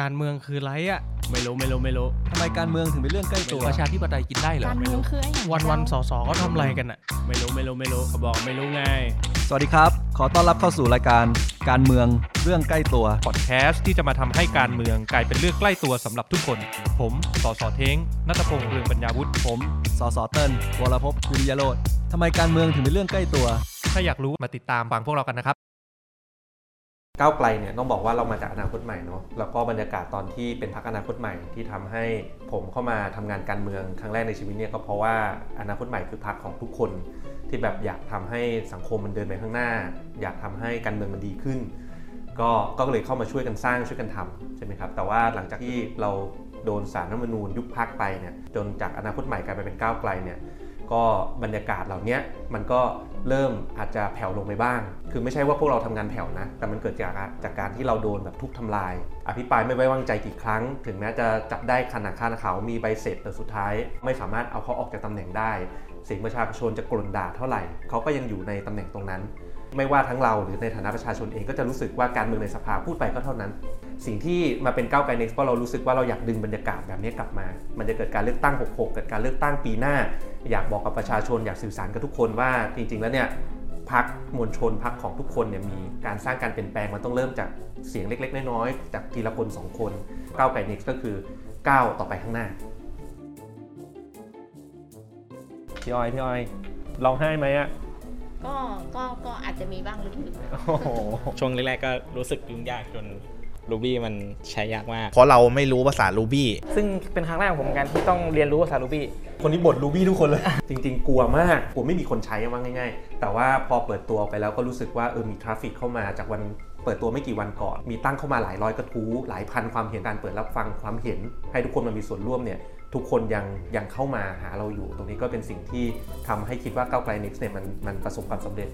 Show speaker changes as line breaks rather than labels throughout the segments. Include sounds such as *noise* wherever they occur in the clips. การเมืองคือไรอ่ะ
ไม่รู้ไม่รู้ไม่รู้
ทำไมการเมืองถึงเป็นเรื่องใกล้ตัว
ประชาธิปไตยกินได้เหรอ
การเมืองคือไอ้หยัง
วันวันๆสอสอเขาทำอะไรกันอ่ะ
ไม่รู้ไม่รู้ไม่รู้เขาบอกไม่รู้ไง
สวัสดีครับ ขอต้อนรับเข้าสู่รายการการเมืองเรื่องใกล้ตัว
พอดแคสต์ที่จะมาทำให้การเมืองกลายเป็นเรื่องใกล้ตัวสำหรับทุกคน ผมสอสอเท้งนัตพงษ์เรืองปัญญาวุฒิ
ผม สสเติ้ลวรภพคุริยโรธทำไมการเมืองถึงเป็นเรื่องใกล้ตัว
ถ้าอยากรู้มาติดตามฟังพวกเรากันนะครับ
ก้าวไกลเนี่ยต้องบอกว่าเรามาจากอนาคตใหม่เนาะแล้วก็บรรยากาศตอนที่เป็นพักอนาคตใหม่ที่ทำให้ผมเข้ามาทำงานการเมืองครั้งแรกในชีวิตเนี่ยก็เพราะว่าอนาคตใหม่คือพักของทุกคน ที่แบบอยากทำให้สังคมมันเดินไปข้างหน้า อยากทำให้การเมืองมันดีขึ้น ก็ก็เลยเข้ามาช่วยกันสร้างช่วยกันทำใช่ไหมครับแต่ว่าหลังจากที่เราโดนสารรัฐธรรมนูญยุบพักไปเนี่ยจนจากอนาคตใหม่กลายไปเป็นก้าวไกลเนี่ย ก็บรรยากาศเหล่าเนี้ยมันก็เริ่มอาจจะแผ่วลงไปบ้าง คือไม่ใช่ว่าพวกเราทำงานแผ่วนะ แต่มันเกิดจากจากการที่เราโดนแบบทุบทำลาย อภิปรายไม่ไว้วางใจกี่ครั้ง ถึงแม้จะจับได้ขนาดข้าเขา มีใบเสร็จแต่สุดท้าย ไม่สามารถเอาเขาออกจากตำแหน่งได้ เสียงประชาชนจะกลนด่าเท่าไหร่ เขาก็ยังอยู่ในตำแหน่งตรงนั้น ไม่ว่าทั้งเราหรือในฐานะประชาชนเองก็จะรู้สึกว่าการเมืองในสภาพูดไปก็เท่านั้น สิ่งที่มาเป็นก้าวไกล next เพราะเรารู้สึกว่าเราอยากดึงบรรยากาศแบบนี้กลับมา มันจะเกิดการเลือกตั้ง 66 เกิดการเลือกตั้งปีหน้า อยากบอกกับประชาชนอยากสื่อสารกับทุกคนว่าจริงๆ แล้วเนี่ยพักมวลชนพักของทุกคนเนี่ยมีการสร้างการเปลี่ยนแปลงมันต้องเริ่มจากเสียงเล็ก ๆ น้อยๆ จากทีละคนสองคน ก้าวไกล next ก็คือก้าวต่อไปข้างหน้า
พี่ออยพี่ออยร้องไห้ไหมอะ
ก็ก็ก็อาจจะมีบ้างลึกๆ
โอ้โห
ช่วงแรกๆก็รู้สึกยุ่งยากจนรูบี้มันใช้ยากมาก
เพราะเราไม่รู้ภาษารูบี้
ซึ่งเป็นครั้งแรกของผมเหมือนกันที่ต้องเรียนรู้ภาษาลูบี้
คนนี้บ่นรูบี้ทุกคนเลย จริงๆ กลัวมากกลัวไม่มีคนใช้อะว่าง่าย ๆ แต่ว่าพอเปิดตัวไปแล้วก็รู้สึกว่าเออมีทราฟฟิกเข้ามาจากวันเปิดตัวไม่กี่วันก่อน มีตั้งเข้ามาหลายร้อยกระทู้หลายพันความเห็นการเปิดรับฟังความเห็น ให้ทุกคนมามีส่วนร่วมเนี่ยทุกคนยังยังเข้ามาหาเราอยู่ ตรงนี้ก็เป็นสิ่งที่ทำให้คิดว่าก้าวไกล next เนี่ยมันมันประสบความสำเร็จ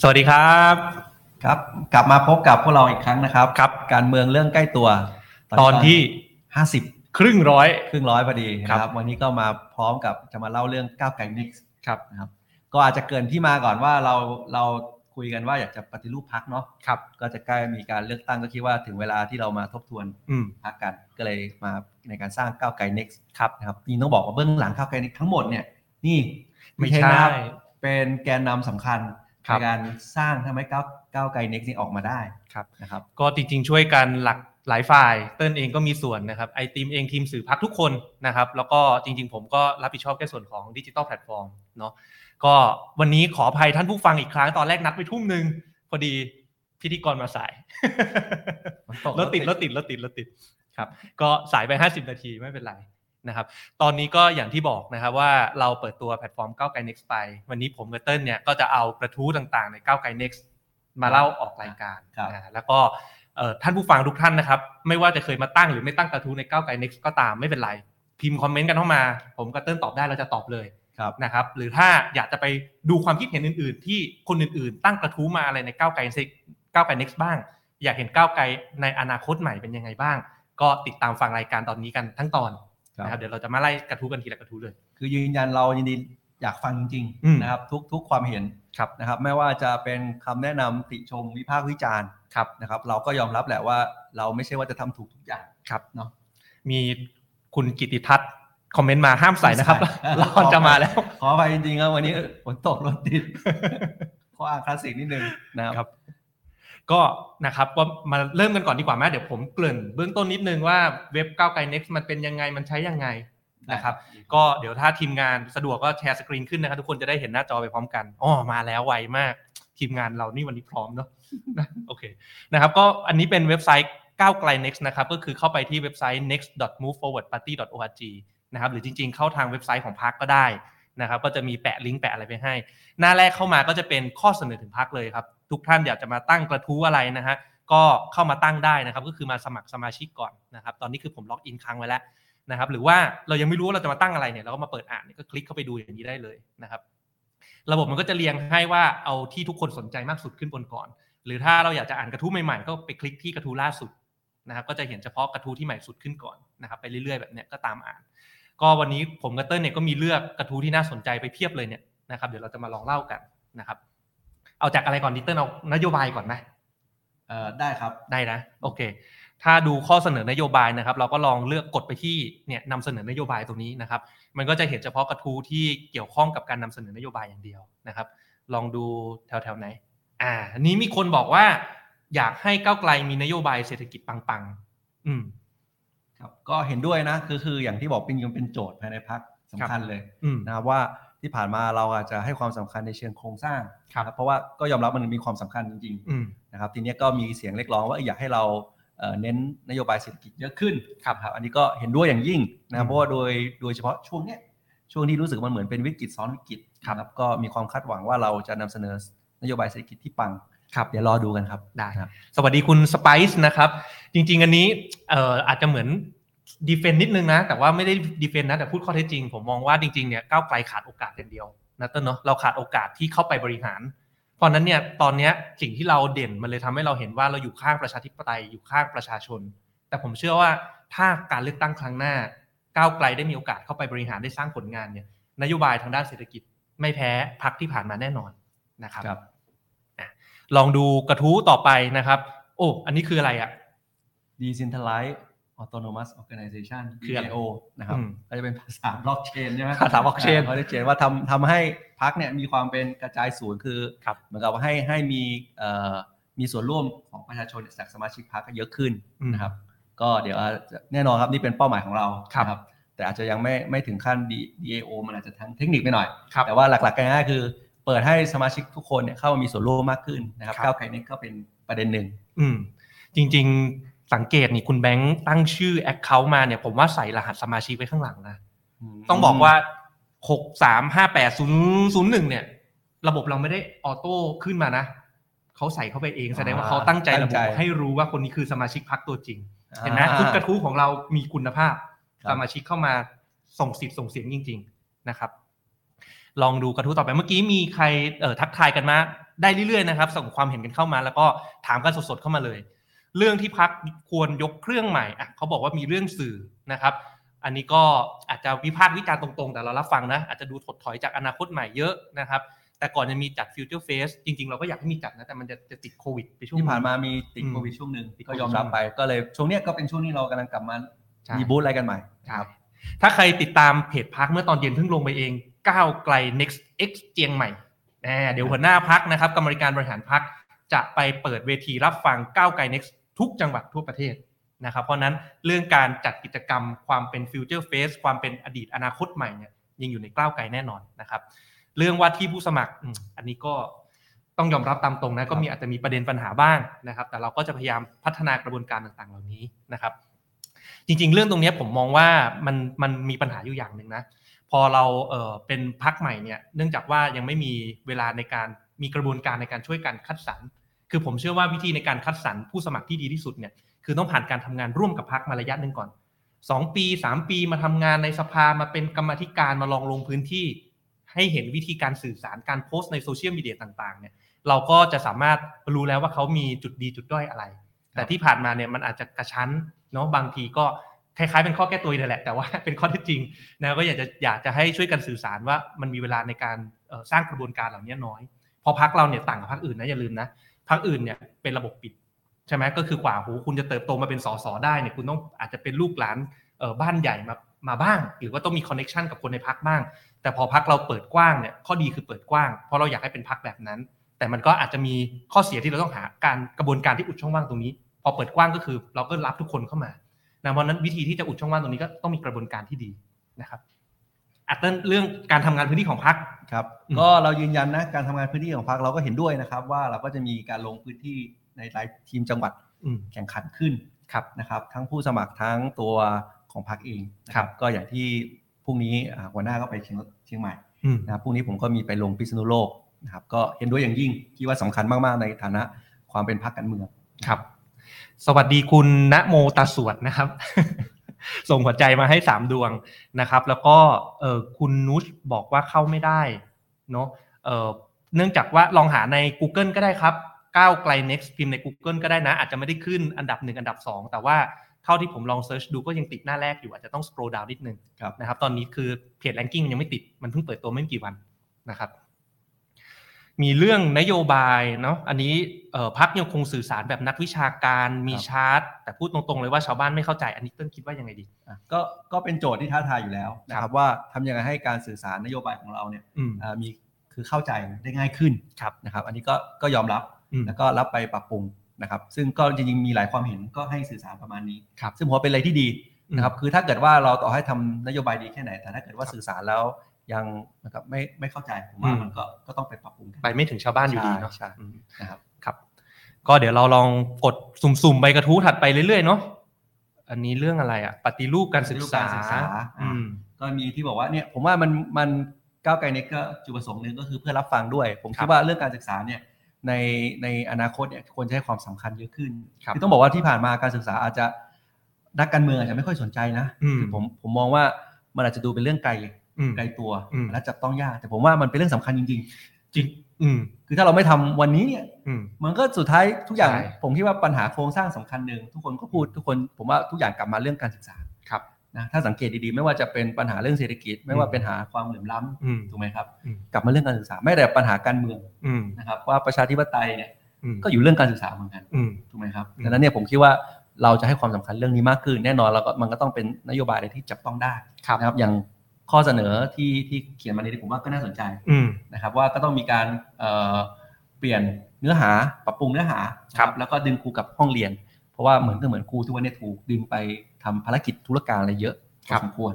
สวัสดีครับ
ครับ กลับมาพบกับพวกเราอีกครั้งนะครับ
ครับ
การเมืองเรื่องใกล้ตัว
ตอนที่
50
ครึ่งร้อย
ครึ่งร้อยพอดีนะครับ วันนี้ก็มาพร้อมกับจะมาเล่าเรื่องก้าวไกล next
ครับ
นะครับก็อาจจะเกรินที่มาก่อนว่าเราเราคุยกันว่าอยากจะปฏิรูปพักเนาะ
ครับ
ก็จะใกล้มีการเลือกตั้งก็คิดว่าถึงเวลาที่เรามาทบทวน
อืม
พักกันก็เลยมาในการสร้างก้าวไกล next ครับนะครับนี่ต้องบอกว่าเบื้องหลังก้าวไกล next ทั้งหมดเนี่ยนี่
ไม่
พี่เท
ใช่
งนะครับเป็นแกนนำสำคัญ
ครั
ใน
บ
การสร้างทำให้ก้าวก้าวไกล next นี่ออกมาได้
ครับ
นะครับ
ก็จริงๆ ช่วยกันหลักหลายฝ่าย เติ้ลเองก็มีส่วนนะครับไอทีมเองทีมสื่อพักทุกคนนะครับ แล้วก็จริงๆ ผมก็รับผิดชอบแค่ส่วนของดิจิทัลแพลตฟอร์มเนาะก็วันนี้ขออภัยท่านผู้ฟังอีกครั้ง ตอนแรกนัดไปทุ่มหนึ่งพอดีพิธีกรมาสาย รถติดรถติดรถติดรถติด *laughs* ครับ ก็สายไป 50 นาทีไม่เป็นไรนะครับ ตอนนี้ก็อย่างที่บอกนะครับว่าเราเปิดตัวแพลตฟอร์มก้าวไกล next ไป วันนี้ผมกับเติ้ลเนี่ยก็จะเอากระทู้ต่างๆ ในก้าวไกล next มาเล่าออกรายการนะฮะแล้วก็เอ่อท่านผู้ฟังทุกท่านนะครับ ไม่ว่าจะเคยมาตั้งหรือไม่ตั้งกระทู้ในก้าวไกล next ก็ตามไม่เป็นไร พิมพ์คอมเมนต์กันเข้ามา ผมกับเติ้ลตอบได้เราจะตอบเลย
ครับ
นะครับหรือถ้าอยากจะไปดูความคิดเห็นอื่น ๆ ที่คนอื่น ๆ ตั้งกระทู้มาอะไรในก้าวไกลก้าวไกล next บ้าง อยากเห็นก้าวไกลในอนาคตใหม่เป็นยังไงบ้าง ก็ติดตามฟังรายการตอนนี้กันทั้งตอน
ครับ
นะครับเดี๋ยวเราจะมาไล่กระทู้กันทีละกระทู้เลย
คือยืนยันเรายินดีอยากฟังจริง
อืม
ๆนะครับทุกทุกความเห็น
ครับ
นะครับไม่ว่าจะเป็นคำแนะนำติชมวิพากษ์วิจารณ์
ครับ
นะครับเราก็ยอมรับแหละว่าเราไม่ใช่ว่าจะทำถูกทุกอย่าง
ครับ
เนอะ
มีคุณกิติทัศน์คอมเมนต์มาห้ามใส่นะครับ *laughs* เราจะมาแล้ว
ขอไปจริงๆครับวันนี้ฝนตกรถ
*laughs*
ติด ข้ออ้างคลาสสิกนิดนึงนะครับ
ครับก็นะครับว่ามาเริ่มกันก่อนดีกว่าไหมเดี๋ยวผมเกริ่นเบื้องต้นนิดนึงว่าเว็บก้าวไกล next มันเป็นยังไงมันใช้ยังไงนะครับ ก็เดี๋ยวถ้าทีมงานสะดวกก็แชร์สกรีนขึ้นนะครับทุกคนจะได้เห็นหน้าจอไปพร้อมกันอ๋อมาแล้วไวมาก ทีมงานเรานี่วันนี้พร้อมเนาะ *laughs* นะโอเคนะครับก็อันนี้เป็นเว็บไซต์ก้าวไกล next นะครับก็คือเข้าไปที่เว็บไซต์ next move forward party org นะครับหรือจริงๆเข้าทางเว็บไซต์ของพรรคก็ได้นะครับก็จะมีแปะลิงก์แปะอะไรไปให้ หน้าแรกเข้ามาก็จะเป็นข้อเสนอถึงพักเลยครับ ทุกท่านอยากจะมาตั้งกระทู้อะไรนะฮะก็เข้ามาตั้งได้นะครับ ก็คือมาสมัครสมาชิกก่อนนะครับตอนนี้คือผมล็อกอินครั้งไว้แล้วนะครับ หรือว่าเรายังไม่รู้ว่าเราจะมาตั้งอะไรเนี่ยเราก็มาเปิดอ่านเนี่ยก็คลิกเข้าไปดูอย่างนี้ได้เลยนะครับ ระบบมันก็จะเรียงให้ว่าเอาที่ทุกคนสนใจมากสุดขึ้นบนก่อน หรือถ้าเราอยากจะอ่านกระทู้ใหม่ๆ ก็ไปคลิกที่กระทู้ล่าสุดนะครับก็จะเห็นเฉพาะกระทู้ที่ใหม่สุดขึ้นก่อนนะครับไปเรื่อยๆแบบเนี้ยก็ตามอ่าน ก็วันนี้ผมกับเติ้ลเนี่ยก็มีเลือกกระทู้ที่น่าสนใจไปเพียบเลยเนี่ยนะครับเดี๋ยวเราจะมาลองเล่ากันนะครับ เอาจากอะไรก่อนดิเติ้ลเอานโยบายก่อนไหม
เอ่อได้ครับ
ได้นะโอเค ถ้าดูข้อเสนอนโยบายนะครับ เราก็ลองเลือกกดไปที่เนี่ยนำเสนอนโยบายตรงนี้นะครับ มันก็จะเห็นเฉพาะกระทู้ที่เกี่ยวข้องกับการนำเสนอนโยบายอย่างเดียวนะครับ ลองดูแถวๆไหน อ่า นี้มีคนบอกว่า อยากให้ก้าวไกลมีนโยบายเศรษฐกิจปังๆ อืม
ครับก็เห็นด้วยนะคือคืออย่างที่บอกเป็นยังเป็นโจทย์ภายในพักสำคัญเลย
อืม
นะครับว่าที่ผ่านมาเราอาจจะให้ความสำคัญในเชิงโครงสร้าง
ครับ
นะเพราะว่าก็ยอมรับมันมีความสำคัญจริง
อืม
ๆนะครับทีเนี้ยก็มีเสียงเรียกร้องว่าอยากให้เราเอ่อเน้นนโยบายเศรษฐกิจเยอะขึ้นครับครับอันนี้ก็เห็นด้วยอย่างยิ่ง
อื
นะ
ม
เพราะว่าโดยโดยเฉพาะช่วงเนี้ยช่วงที่รู้สึกมันเหมือนเป็นวิกฤตซ้อนวิกฤต
ครับ
นะก็มีความคาดหวังว่าเราจะนำเสนอนโยบายเศรษฐกิจที่ปัง
ครับ
เดี๋ยวรอดูกันครับ
ได้
ครับ
สวัสดีคุณสไปซ์นะครับ จริง ๆ อันนี้เอ่ออาจจะเหมือนดีเฟนต์นิดนึงนะ แต่ว่าไม่ได้ดีเฟนต์นะแต่พูดข้อเท็จจริง ผมมองว่าจริง ๆ เนี่ยก้าวไกลขาดโอกาสอย่างเดียวนะเต้นเนาะเราขาดโอกาสที่เข้าไปบริหาร เพราะฉะนั้นเนี่ยตอนเนี้ยสิ่งที่เราเด่นมันเลยทำให้เราเห็นว่าเราอยู่ข้างประชาธิปไตยอยู่ข้างประชาชน แต่ผมเชื่อว่าถ้าการเลือกตั้งครั้งหน้า ก้าวไกลได้มีโอกาสเข้าไปบริหารได้สร้างผลงานเนี่ยนโยบายทางด้านเศรษฐกิจไม่แพ้พรรคที่ผ่านมาแน่นอนนะครับ
ครับ
ลองดูกระทู้ต่อไปนะครับ โอ้อันนี้คืออะไรอ่ะ
Decentralized Autonomous Organization
คืออะไร
DAO นะครับ
อืม
ก็จะเป็นภาษ *laughs* าบล็อกเชนใช่ไหม
ภาษา blockchain
เขาจะเขียนว่าทำทำให้พักเนี่ยมีความเป็นกระจายศูนย์คือ
ครับ
เหมือนกับว่าให้ให้มีเอ่อมีส่วนร่วมของประชาชนจากสมาชิกพักก็เยอะขึ้น
อืม
นะครับ ก็เดี๋ยวอาจจะแน่นอนครับนี่เป็นเป้าหมายของเรา
ครับ
นะแต่อาจจะยังไม่ไม่ถึงขั้น D- DAO มันอาจจะทางเทคนิคไปหน่อย
ครับ
แต่ว่าหลักๆกันง่ายๆคือ เปิดให้สมาชิกทุกคนเนี่ยเข้ามามีส่วนร่วมมากขึ้นนะครับ
ครับ
ก้าวไกลนี่ก็เป็นประเด็นหนึ่ง
อืมจริงๆสังเกตนี่คุณแบงค์ตั้งชื่อ Account มาเนี่ย ผมว่าใส่รหัสสมาชิกไว้ข้างหลังนะ ต้องบอกว่า 6 3 5 8 0 0 1 เนี่ย ระบบเราไม่ได้ออโต้ขึ้นมานะ เขาใส่เข้าไปเองแสดงว่าเขาตั้งใจระ
ตั้ง
บุ
ใจ
ให้รู้ว่าคนนี้คือสมาชิกพักตัวจริง เห็นไหมทุกกระทู้ของเรามีคุณภาพ
ครับ
สมาชิกเข้ามาส่งสิทธิ์ส่งเสียงจริง ๆนะครับ ลองดูกระทู้ต่อไปเมื่อกี้มีใครเอ่อทักทายกันมา ได้เรื่อยๆนะครับ ส่งความเห็นกันเข้ามา แล้วก็ถามกันสดๆเข้ามาเลย เรื่องที่พักควรยกเครื่องใหม่อ่ะเขาบอกว่ามีเรื่องสื่อนะครับ อันนี้ก็อาจจะวิพากษ์วิจารณ์ตรงๆ แต่เรารับฟังนะ อาจจะดูถดถอยจากอนาคตใหม่เยอะนะครับ แต่ก่อนจะมีจัดฟิวเจอร์เฟสจริงๆ เราก็อยากให้มีจัดนะแต่มันจะจะติดโควิดไปช่วง
ที่ผ่านมามีติด
อืม
โควิดช่วงหนึ่ง
ติดโค
ก็
วิด
ยอมรับไปก็เลยช่วงเนี้ยก็เป็นช่วงที่เรากำลังกลับมา
ใช่
มีบูธอะไรกันใหม่
ครับถ้าใครติดตามเพจพักเมื่อตอนเย็นเพิ่งลงไปเองก้าวไกล next x เจียงใหม่แหมเดี๋ยวหัวหน้าพักนะครับกรรมการบริหารพักจะไปเปิดเวทีรับฟังก้าวไกล next ทุกจังหวัดทั่วประเทศนะครับ เพราะฉะนั้นเรื่องการจัดกิจกรรมความเป็นฟิวเจอร์เฟสความเป็นอดีตอนาคตใหม่เนี่ยยังอยู่ในก้าวไกลแน่นอนนะครับ เรื่องว่าที่ผู้สมัครอืมอันนี้ก็ต้องยอมรับตามตรงนะก็มีอาจจะมีประเด็นปัญหาบ้างนะครับ แต่เราก็จะพยายามพัฒนากระบวนการต่างๆ เหล่านี้นะครับ จริง ๆ เรื่องตรงเนี้ยผมมองว่ามันมันมีปัญหาอยู่อย่างหนึ่งนะ พอเราเอ่อเป็นพักใหม่เนี่ยเนื่องจากว่ายังไม่มีเวลาในการมีกระบวนการในการช่วยการคัดสรรคือผมเชื่อว่าวิธีในการคัดสรรผู้สมัครที่ดีที่สุดเนี่ยคือต้องผ่านการทำงานร่วมกับพักมาระยะหนึ่งก่อน สองปีสามปีมาทำงานในสภามาเป็นกรรมาธิการมาลองลงพื้นที่ ให้เห็นวิธีการสื่อสารการโพสต์ในโซเชียลมีเดียต่างๆเนี่ยเราก็จะสามารถรู้แล้วว่าเขามีจุดดีจุดด้อยอะไร แต่ที่ผ่านมาเนี่ยมันอาจจะกระชั้นเนาะบางทีก็คล้ายๆเป็นข้อแก้ตัวนี่แหละ แต่ว่า *laughs* เป็นข้อเท็จจริงนะก็อยากจะอยากจะให้ช่วยกันสื่อสารว่ามันมีเวลาในการเอ่อสร้างกระบวนการเหล่านี้น้อย พอพักเราเนี่ยต่างกับพักอื่นนะอย่าลืมนะพักอื่นเนี่ยเป็นระบบปิดใช่ไหมก็คือกว่าหูคุณจะเติบโตมาเป็นสสได้เนี่ยคุณต้องอาจจะเป็นลูกหลาน เอ่อบ้านใหญ่มามาบ้าง หรือว่าต้องมีคอนเน็ชันกับคนในพักบ้าง แต่พอพักเราเปิดกว้างเนี่ยข้อดีคือเปิดกว้าง เพราะเราอยากให้เป็นพักแบบนั้น แต่มันก็อาจจะมีข้อเสียที่เราต้องหาการกระบวนการที่อุดช่องว่างตรงนี้ พอเปิดกว้างก็คือเราก็รับทุกคนเข้ามานะเพราะฉะนั้นวิธีที่จะอุดช่องว่างตรงนี้ก็ต้องมีกระบวนการที่ดีนะครับอัตเติ้ลเรื่องการทำงานพื้นที่ของพัก
ครับ
อืม
ก็เรายืนยันนะการทำงานพื้นที่ของพรรคเราก็เห็นด้วยนะครับ ว่าเราก็จะมีการลงพื้นที่ในรายทีมจังหวัด
อืม
แข่งขันขึ้น
ครับ
นะครับ ทั้งผู้สมัครทั้งตัวของพรรคเองนะครับ ก็อย่างที่พรุ่งนี้อ่าหัวหน้าก็ไปเชียงเชียงใหม่
อืม
นะครับพรุ่งนี้ผมก็มีไปลงพิษณุโลกนะครับก็เห็นด้วยอย่างยิ่งคิดว่าสำคัญมากๆในฐานะความเป็นพรรคการเมือง
ครับ สวัสดีคุณณโมตาสวดนะครับ *laughs* ส่งหัวใจมาให้สามดวงนะครับ แล้วก็เออคุณนุชบอกว่าเข้าไม่ได้เนาะเออเนื่องจากว่าลองหาใน Google ก็ได้ครับก้าวไกล next พิมพ์ใน Google ก็ได้นะ อาจจะไม่ได้ขึ้นอันดับหนึ่งอันดับสองแต่ว่าเท่าที่ผมลองเซิร์ชดูก็ยังติดหน้าแรกอยู่อาจจะต้อง scroll down นิดนึง
ครับ
นะครับ ตอนนี้คือเพจ ranking มันยังไม่ติดมันเพิ่งเปิดตัวไม่กี่วันนะครับ มีเรื่องนโยบายเนาะอันนี้เอ่อพักยังคงสื่อสารแบบนักวิชาการมีชาร์ตแต่พูดตรงๆเลยว่าชาวบ้านไม่เข้าใจอันนี้เติ้ลคิดว่ายังไงดี
อ่ะก็ก็เป็นโจทย์ที่ท้าทายอยู่แล้วนะครับว่าทำยังไงให้การสื่อสารนโยบายของเราเนี่ย
อืม
อ่ามีคือเข้าใจได้ง่ายขึ้น
ครับ
นะครับ อันนี้ก็ก็ยอมรับ
อืม
แล้วก็รับไปปรับปรุงนะครับ ซึ่งก็จริงๆมีหลายความเห็นก็ให้สื่อสารประมาณนี้
ครับ
ซึ่งผมว่าเป็นอะไรที่ดีนะครับคือถ้าเกิดว่าเราต่อให้ทำนโยบายดีแค่ไหน แต่ถ้าเกิดว่าสื่อสารแล้วยังนะครับไม่ไม่เข้าใจผมว่า
อืม
มันก็ก็ต้องไปปรับปรุงกัน
ไปไม่ถึงชาวบ้านอยู่ดีเนาะ
ใช่ใช่
อืม
นะครับ
ครับก็เดี๋ยวเราลองกดสุ่มๆใบกระทู้ถัดไปเรื่อยๆเนาะอันนี้เรื่องอะไรอะปฏิรูปการศึกษา
ปฏิรูปการศึกษา
อืม
ก็มีที่บอกว่าเนี่ยผมว่ามันมันก้าวไกลเนี่ยก็จุดประสงค์หนึ่งก็คือเพื่อรับฟังด้วย ผม
ครั
คิด
บ
ว่าเรื่องการศึกษาเนี่ยในในอนาคตเนี่ยควรจะให้ความสำคัญเยอะขึ้น
ครับ
อต้องบอกว่าที่ผ่านมาการศึกษาอาจจะนักการเมืองอาจจะไม่ค่อยสนใจนะ
อืม
คือผมผมมองว่ามันอาจจะดูเป็นเรื่องไกล
อืม
ไกลตัว
อืม
และจับต้องยากแต่ผมว่ามันเป็นเรื่องสำคัญจริง
จริงอืม
ๆ คือถ้าเราไม่ทำวันนี้เนี่ย
อืม
มันก็สุดท้ายทุกอย่าง
ใช่
ผมคิดว่าปัญหาโครงสร้างสำคัญหนึ่งทุกคนก็พูดทุกคนผมว่าทุกอย่างกลับมาเรื่องการศึกษา
ครับ
นะถ้าสังเกตดีๆ ไม่ว่าจะเป็นปัญหาเรื่องเศรษฐกิจ ไม่ว่า
อืม
เป็นปัญหาความเหลื่อมล้ำ
อืม
ถูกไหมครับ
อืม
กลับมาเรื่องการศึกษาไม่แต่ปัญหาการเมือง
อืม
นะครับว่าประชาธิปไตยเนี่ย
อืม
ก็อยู่เรื่องการศึกษาเหมือนกัน
อืม
ถูกไหมครับ
อืม
ดังนั้นเนี่ยผมคิดว่าเราจะให้ความสำคัญเรื่องนี้มากขึ้น แน่นอนแล้วก็มันก็ต้องเป็นนโยบายอะไรที่จับต้องได้
ครับ
นะครับอย่างข้อเสนอที่ที่เขียนมาในนี้ผมว่าก็น่าสนใจ
อืม
นะครับว่าก็ต้องมีการเอ่อเปลี่ยนเนื้อหาปรับปรุงเนื้อหา
ครับ
แล้วก็ดึงครูกลับห้องเรียน เพราะว่าเหมือนก็เหมือนครูทุกวันเนี้ถูกดึงไปทำภารกิจธุรการอะไรเยอะพ
ครั
อบ สมควร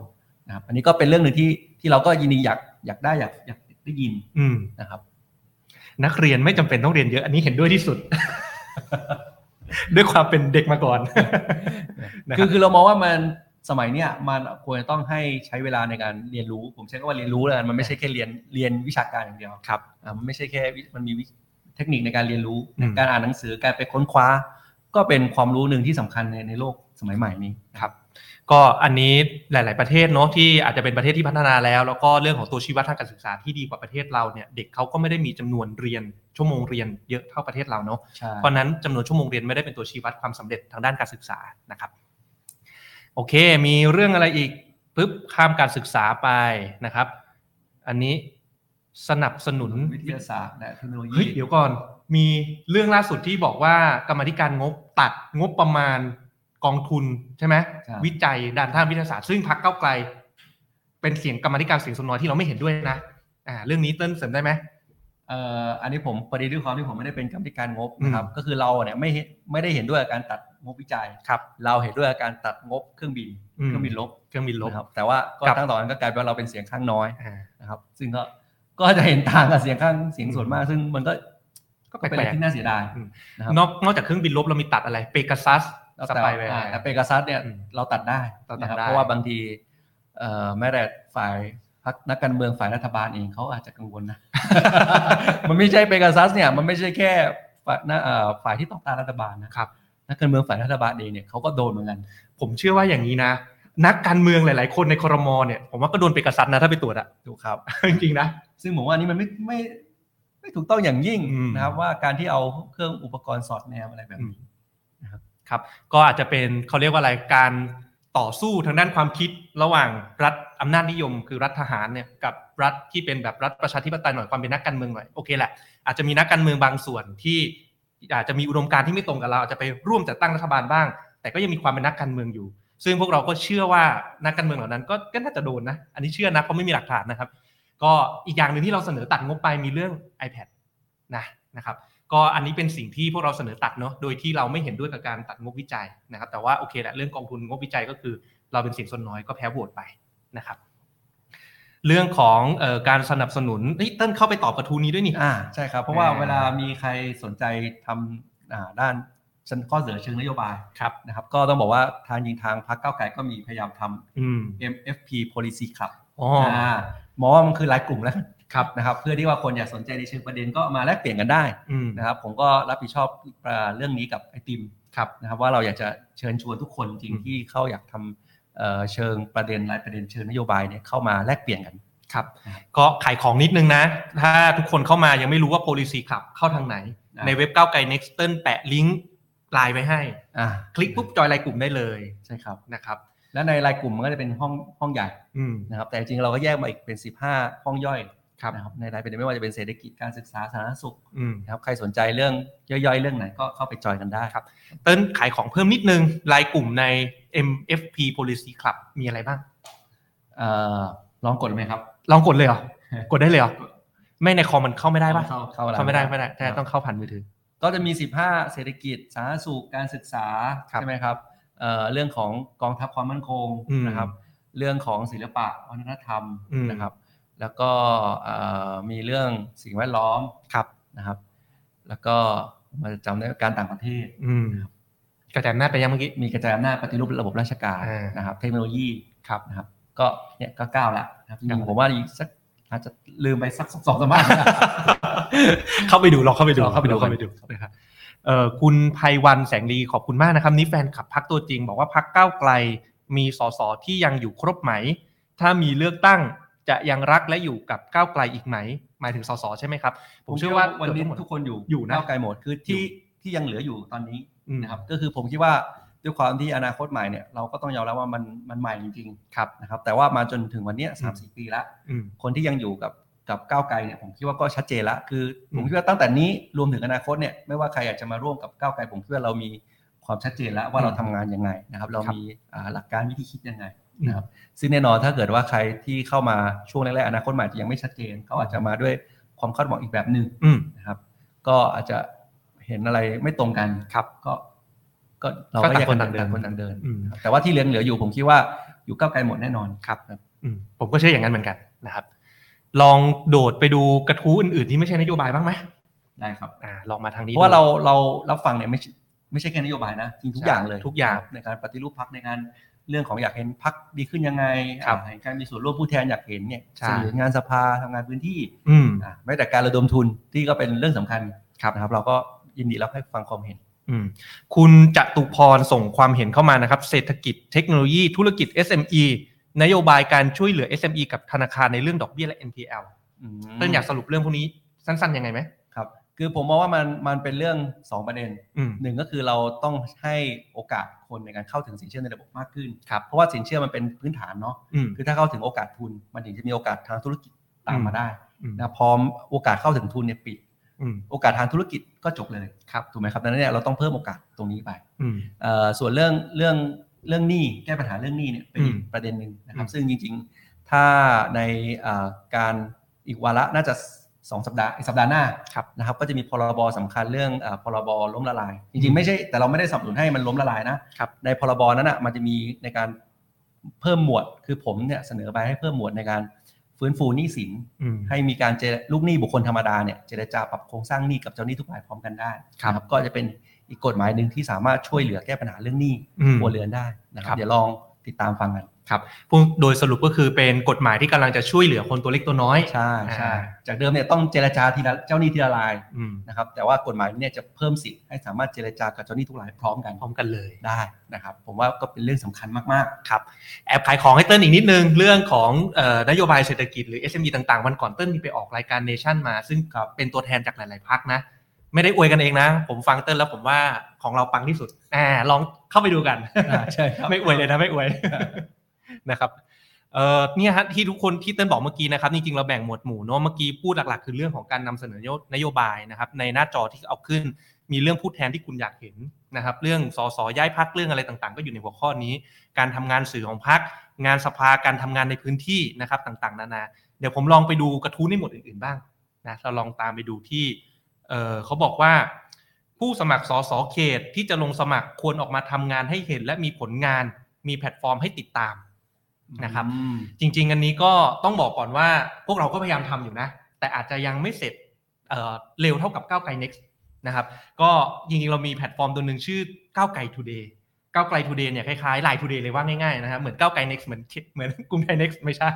นะครับอันนี้ก็เป็นเรื่องหนึ่งที่ที่เราก็ยินดีอยากอยากได้อยากอยากได้ยิน
อืม
นะครับ
นักเรียนไม่จำเป็นต้องเรียนเยอะ อันนี้เห็นด้วยที่สุด *laughs* ด้วยความเป็นเด็กมาก่อนนะ
คื
คือ อ
คือเรามองว่ามันสมัยเนี้ยมันควรจะต้องให้ใช้เวลาในการเรียนรู้ ผมใช้คำว่าเรียนรู้แล้วกันมันไม่ใช่แค่เรียนเรียนวิชาการอย่างเดียว
ครับ
อ่ามันไม่ใช่แค่วิมันมีวิเทคนิคในการเรียนรู้
อืม
การอ่านหนังสือการไปค้นคว้า ก็เป็นความรู้หนึ่งที่สำคัญในในโลกสมัยใหม่นี้
ครับก็อันนี้หลาย ๆประเทศเนาะที่อาจจะเป็นประเทศที่พัฒนาแล้ว แล้วก็เรื่องของตัวชีวัดทางการศึกษาที่ดีกว่าประเทศเราเนี่ยเด็กเขาก็ไม่ได้มีจำนวนเรียนชั่วโมงเรียนเยอะเท่าประเทศเราเนาะ
ใช่
เพราะฉะนั้นจำนวนชั่วโมงเรียนไม่ได้เป็นตัวชี้วัดความสำเร็จทางด้านการศึกษานะครับโอเค มีเรื่องอะไรอีกปึ๊บข้ามการศึกษาไปนะครับ อันนี้สนับสนุน
วิทยาศาสตร์และเทคโนโลยี
เฮ้ยเดี๋ยวก่อนมีเรื่องล่าสุดที่บอกว่ากรรมาธิการงบตัดงบประมาณกองทุนใช่ไหม
ใช่
วิจัยด้านทางวิทยาศาสตร์ซึ่งพักเก้าวไกล เป็นเสียงกรรมาธิการเสียงส่วนน้อยที่เราไม่เห็นด้วยนะอ่าเรื่องนี้เติ้ลเสริมได้ไหม
เอ่ออันนี้ผมพอดีด้วยความที่ผมไม่ได้เป็นกรรมธิการงบนะครับก็คือเราเนี่ยไม่เห็นไม่ได้เห็นด้วยกับการตัดงบวิจัย
ครับ
เราเห็นด้วยกับการตัดงบเครื่องบิน
อืม
เครื่องบินลบ
เครื่องบินลบ
นะครับแต่ว่าก็
ครับ
ตั้งแต่นั้นก็กลายเป็นว่าเราเป็นเสียงข้างน้อย
อ่า
นะครับซึ่งก็ก็จะเห็นต่างกับเสียงข้างเสียงส่วนมาก ซึ่งมันก็
ก็แปล
เป็น
กๆ
อะไรที่น่าเสียดาย
อืม
นะครับ
นอกนอกจากเครื่องบินลบเรามีตัดอะไรเปก a ซัส
แล้ว
ส
แต่
ไปายแวร์
อ่าแต่เปกาซัสเนี่ย
อืม
เราตัดได้
เราตั
นะ
ด
ครับ
ได้
เพราะว่าบางทีเอ่อแม้แต่ฝ่ายพรรคนักการเมืองฝ่ายรัฐบาลเองเขาอาจจะกังวล
*laughs*
นะ มันไม่ใช่เปกาซัสเนี่ยมันไม่ใช่แค่ฝ่ายนะเอ่อฝ่ายที่ต่อต้านรัฐบาลนะครับ นักการเมืองฝ่ายรัฐบาลเองเนี่ยเขาก็โดนเหมือนกัน
ผมเชื่อว่าอย่างนี้นะ นักการเมืองหลาย ๆ คนในครมเนี่ยผมว่าก็โดนเปก a ซัสนะถ้าไปตรวจอะ
ถูกครับ
จริงๆนะ
ซึ่งผมว่าอันนี้มันไม่ไม่ไม่ถูกต้องอย่างยิ่ง
อืม
นะครับว่าการที่เอาเครื่องอุปกรณ์สอดแนมอะไรแบบนี้
ครับก็อาจจะเป็นเขาเรียกว่าอะไรการต่อสู้ทางด้านความคิดระหว่างรัฐอำนาจนิยม คือรัฐทหารเนี่ยกับรัฐที่เป็นแบบรัฐประชาธิปไตยหน่อยความเป็นนักการเมืองหน่อยโอเคแหละอาจจะมีนักการเมืองบางส่วนที่อาจจะมีอุดมการณ์ที่ไม่ตรงกับเราอาจจะไปร่วมจัดตั้งรัฐบาลบ้าง แต่ก็ยังมีความเป็นนักการเมืองอยู่ ซึ่งพวกเราก็เชื่อว่านักการเมืองเหล่านั้นก็ก็น่าจะโดนนะอันนี้เชื่อนะเพราะไม่มีหลักฐานนะครับ ก็อีกอย่างหนึ่งที่เราเสนอตัดงบไปมีเรื่อง iPad นะนะครับ ก็อันนี้เป็นสิ่งที่พวกเราเสนอตัดเนาะ โดยที่เราไม่เห็นด้วยกับการตัดงบวิจัยนะครับ แต่ว่าโอเคแหละเรื่องกองทุนงบวิจัยก็คือ เราเป็นเสียงส่วนน้อยก็แพ้โหวตไปนะครับ เรื่องของเออการสนับสนุนเฮ้ยเติ้ลเข้าไปตอบกระทู้นี้ด้วยนี่
อ่าใช่ครับ เพราะว่า
อ่า
เวลามีใครสนใจทำอ่าด้านเชิงข้อเสนอเชิงนโยบาย
ครับ
นะครับ ก็ต้องบอกว่าทางยิงทางพรรคก้าวไกลก็มีพยายามท
อืม
ำ MFP policy club
อ๋อ
อ่ามองว่ามันคือรายกลุ่มแล้ว
ครับ
นะครับ เพื่อที่ว่าคนอยากสนใจในเชิงประเด็นก็มาแลกเปลี่ยนกันได้
อืม
นะครับ ผมก็รับผิดชอบอ่าเรื่องนี้กับไอติม
ครับ
นะครับ ว่าเราอยากจะเชิญชวนทุกคนจริง
อืม
ที่เข้าอยากทำเอ่อเชิงประเด็นรายประเด็นเชิงนโยบายเนี่ยเข้ามาแลกเปลี่ยนกัน
ครับ ก็ขายของนิดนึงนะ ถ้าทุกคนเข้ามายังไม่รู้ว่า policy club เข้าทางไหน
อ่า
ในเว็บก้าวไกล next เติ้ลแปะลิงก์ไลน์ไว้ให้
อ่า
คลิกปุ๊บจอยรายกลุ่มได้เลย
ใช่ครับ
นะครับ
และในรายกลุ่มมันก็จะเป็นห้องห้องใหญ่
อืม
นะครับแต่จริงๆเราก็แยกมาอีกเป็น 15 ห้องย่อย
ครับ
นะครับในรายประเด็นไม่ว่าจะเป็นเศรษฐกิจการศึกษาสาธารณสุข
อืม
นะครับใครสนใจเรื่องย่อยๆ เรื่องไหนก็เข้าไปจอยกันได้
ครับ เติ้ลขายของเพิ่มนิดนึงรายกลุ่มใน MFP Policy Club มีอะไรบ้าง
เอ่อลองกดไหมครับ
ลองกดเลยเหรอ กดได้เลยเหรอ ไม่ในคอมมันเข้าไม่ได้ปะ
เข้าเข้าอะไร
ไม่ได้ไม่ได้แต่ต้องเข้าผ่านมือถือ
ก็จะมี 15 เศรษฐกิจ สาธารณสุข การศึกษา
ครับ
ใช่ไหมครับเอ่อเรื่องของกองทัพความมั่นคงนะครับ เรื่องของศิลปะวัฒนธรรม
อืม
นะครับ แล้วก็เอ่อมีเรื่องสิ่งแวดล้อม
ครับ
นะครับ แล้วก็ผมอาจจะจำได้ว่าการต่างประเทศ
อืมกระจายอำนาจไปยังเมื่อกี้
มีกระจายอำนาจปฏิรูประบบราชการ
อ่าน
นะครับ เทคโนโลยีครับนะครับ ก็เนี่ยก็ก้าวละนะครับจริงๆผมว่าอีกสักอาจจะลืมไปสักสองสาม *laughs* วัน
*laughs* เข้าไปดูลองเข้าไปดู
ลองเข้าไปดู
ลองเข้าไปดูนะครับเอ่อคุณภัยวันแสงดีขอบคุณมากนะครับ นี่แฟนขับพักตัวจริง บอกว่าพักก้าวไกลมีสสที่ยังอยู่ครบไหม ถ้ามีเลือกตั้งจะยังรักและอยู่กับก้าวไกลอีกไหม หมายถึงสสใช่ไหมครับ ผมเชื่อว่า
วันนี้
เกือบ
ทุ
ทั้
ก
งหมด
คนอยู่
อยู่นะ
ก้าวไกลหมดคือที่ที่ยังเหลืออยู่ตอนนี้
อืม
นะครับก็คือผมคิดว่าด้วยความที่อนาคตใหม่เนี่ยเราก็ต้องยอมรับว่ามันมันใหม่จริงๆครับนะครับ แต่ว่ามาจนถึงวันเนี้สามสี่ปีละ
อืม
คนที่ยังอยู่กับกับก้าวไกลเนี่ยผมคิดว่าก็ชัดเจนละคืออ
ม
ผมคิดว่าตั้งแต่นี้รวมถึงอนาคตเนี่ยไม่ว่าใครอยากจะมาร่วมกับก้าวไกลผมคิดว่าเรามีความชัดเจนแล้วว่าเราทำงานยังไงนะครับ เรามีอ่าหลักการวิธีคิดยังไง นะครับซึ่งแน่นอนถ้าเกิดว่าใครที่เข้ามาช่วงแรกๆอนาคตใหม่จะยังไม่ชัดเจนเขาอาจจะมาด้วยความคาดหวังอีกแบบหนึ่ง
อืม
นะครับ ก็อาจจะเห็นอะไรไม่ตรงกันครับ ก็ก็เราก็
ก็
แย
ต่ากงคน
กั
ต่างเดิน
ต่างคนต่างเดิน
อืม
ครับแต่ว่าที่เหลือเหลืออยู่ผมคิดว่าอยู่ก้าวไกลหมดแน่นอนครับ
อืมผมก็เชื่ออย่างนั้นเหมือนกันนะครับ ลองโดดไปดูกระทู้อื่นๆที่ไม่ใช่นโยบายบ้างไหม
ได้ครับ
อ่า ลองมาทางนี้
เพราะว่า
ดู
เราเรารับฟังเนี่ยไม่ใช่ไม่ใช่แค่นโยบายนะจริงทุกอย่างเลย
ทุกอย่าง
ในการปฏิรูปพักในการเรื่องของอยากเห็นพักดีขึ้นยังไง
ครับ
อ่าเห็นการมีส่วนร่วมผู้แทนอยากเห็นเนี่ย
ใช่
เสนองานสภาทำงานพื้นที่
อืม
อ่ะแม้แต่การระดมทุนที่ก็เป็นเรื่องสำคัญครับนะครับ เราก็ยินดีรับให้ฟังความเห็น
อืมคุณจตุพรส่งความเห็นเข้ามานะครับ เศรษฐกิจเทคโนโลยีธุรกิจ SME นโยบายการช่วยเหลือ SME กับธนาคารในเรื่องดอกเบี้ยและ NPL
อืม
เต้นอยากสรุปเรื่องพวกนี้สั้นๆยังไงไหม
ครับ คือผมมองว่ามันมันเป็นเรื่อง 2 ประเด็น
อืม
หนึ่งก็คือเราต้องให้โอกาสคนในการเข้าถึงสินเชื่อในระบบมากขึ้น
ครับ
เพราะว่าสินเชื่อมันเป็นพื้นฐานเนาะ
อืม
คือถ้าเข้าถึงโอกาสทุน มันถึงจะมีโอกาสทางธุรกิจตามมาได้
อืม
นะพร้อมโอกาสเข้าถึงทุนเนี่ยปิด
อืม
โอกาสทางธุรกิจก็จบเลยครับถูกไหมครับดังนั้นเนี่ยเราต้องเพิ่มโอกาสตรงนี้ไป
อืม
เอ่อส่วนเรื่องเรื่องเรื่องหนี้แก้ปัญหาเรื่องหนี้เนี่ยเป็นอีก
อืม
ประเด็นหนึ่งนะครับ
อืม
ซึ่งจริงๆ ถ้าในเอ่อการอีกวาระน่าจะ 2 สัปดาห์สัปดาห์หน้า
ครับ
นะครับก็จะมีพรบสำคัญเรื่องเออพรบล้มละลาย จ
อื
ริงๆ
ม
ไม่ใช่แต่เราไม่ได้สนับสนุนให้มันล้มละลายนะครับ ในพรบนั้นอ่ะมันจะมีในการเพิ่มหมวดคือผมเนี่ยเสนอไปให้เพิ่มหมวดในการฟื้นฟูหนี้สิน
อืม
ให้มีการเจรลูกหนี้บุคคลธรรมดาเนี่ยเจรจาปรับโครงสร้างหนี้กับเจ้าหนี้ทุกรายพร้อมกันได้
ครับ
นะก็จะเป็นอีกกฎหมายหนึ่งที่สามารถช่วยเหลือแก้ปัญหาเรื่องหนี้
อืม
ครัวเรือนได้นะค
ครั
รับ
บ
เดี๋ยวลองติดตามฟังกัน
พวกโดยสรุปก็คือเป็นกฎหมายที่กำลังจะช่วยเหลือคนตัวเล็กตัวน้อย
ใช่ใช่
อ่า
จากเดิมเนี่ยต้องเจรจาทีละเจ้าหนี้ทีละราย
อืม
นะครับแต่ว่ากฎหมายเนี่ยจะเพิ่มสิทธิ์ให้สามารถเจรจากับเจ้าหนี้ทุกรายพร้อมกัน
พร้อมกันเลย
ได้นะครับ ผมว่าก็เป็นเรื่องสำคัญมากๆ
ครับแอบขายของให้เติ้ลอีกนิดนึง เรื่องของเออนโยบายเศรษฐกิจหรือ SME ต่างๆ วันก่อนเติ้ลมีไปออกรายการเนชั่นมา ซึ่งก็เป็นตัวแทนจากหลายๆพักนะ ไม่ได้อวยกันเองนะ ผมฟังเติ้ลแล้วผมว่าของเราปังที่สุดอ่าลองเข้าไปดูกัน
อ่าใช่ครับ
ไม่อวยเลยนะไม่อวย นะครับเอ่อเนี่ยฮะที่ทุกคนที่เติ้ลบอกเมื่อกี้นะครับ จริงๆเราแบ่งหมวดหมู่เนาะเมื่อกี้พูดหลักๆ คือเรื่องของการนำเสนอนโยบายนะครับในหน้าจอที่เอาขึ้น มีเรื่องผู้แทนที่คุณอยากเห็นนะครับ เรื่องสสย้ายพักเรื่องอะไรต่างๆ ก็อยู่ในหัวข้อนี้ การทำงานสื่อของพัก งานสภาการทำงานในพื้นที่นะครับต่างๆ นานา เดี๋ยวผมลองไปดูกระทู้ในหมวดอื่นๆบ้างนะเราลองตามไปดูที่เอ่อเขาบอกว่า ผู้สมัครสสเขตที่จะลงสมัครควรออกมาทำงานให้เห็น และมีผลงาน มีแพลตฟอร์มให้ติดตามนะครับ
อืม
จริงๆ อันนี้ก็ต้องบอกก่อนว่าพวกเราก็พยายามทำอยู่นะ แต่อาจจะยังไม่เสร็จเอ่อเร็วเท่ากับก้าวไกล next นะครับ ก็จริงๆ เรามีแพลตฟอร์มตัวหนึ่งชื่อก้าวไกล today ก้าวไกล today เนี่ยคล้ายๆไลน์ today เลยว่าง่ายๆนะครับเหมือนก้าวไกล next เหมือน *laughs* เหมือนกรุงไทย next ไม่ใช่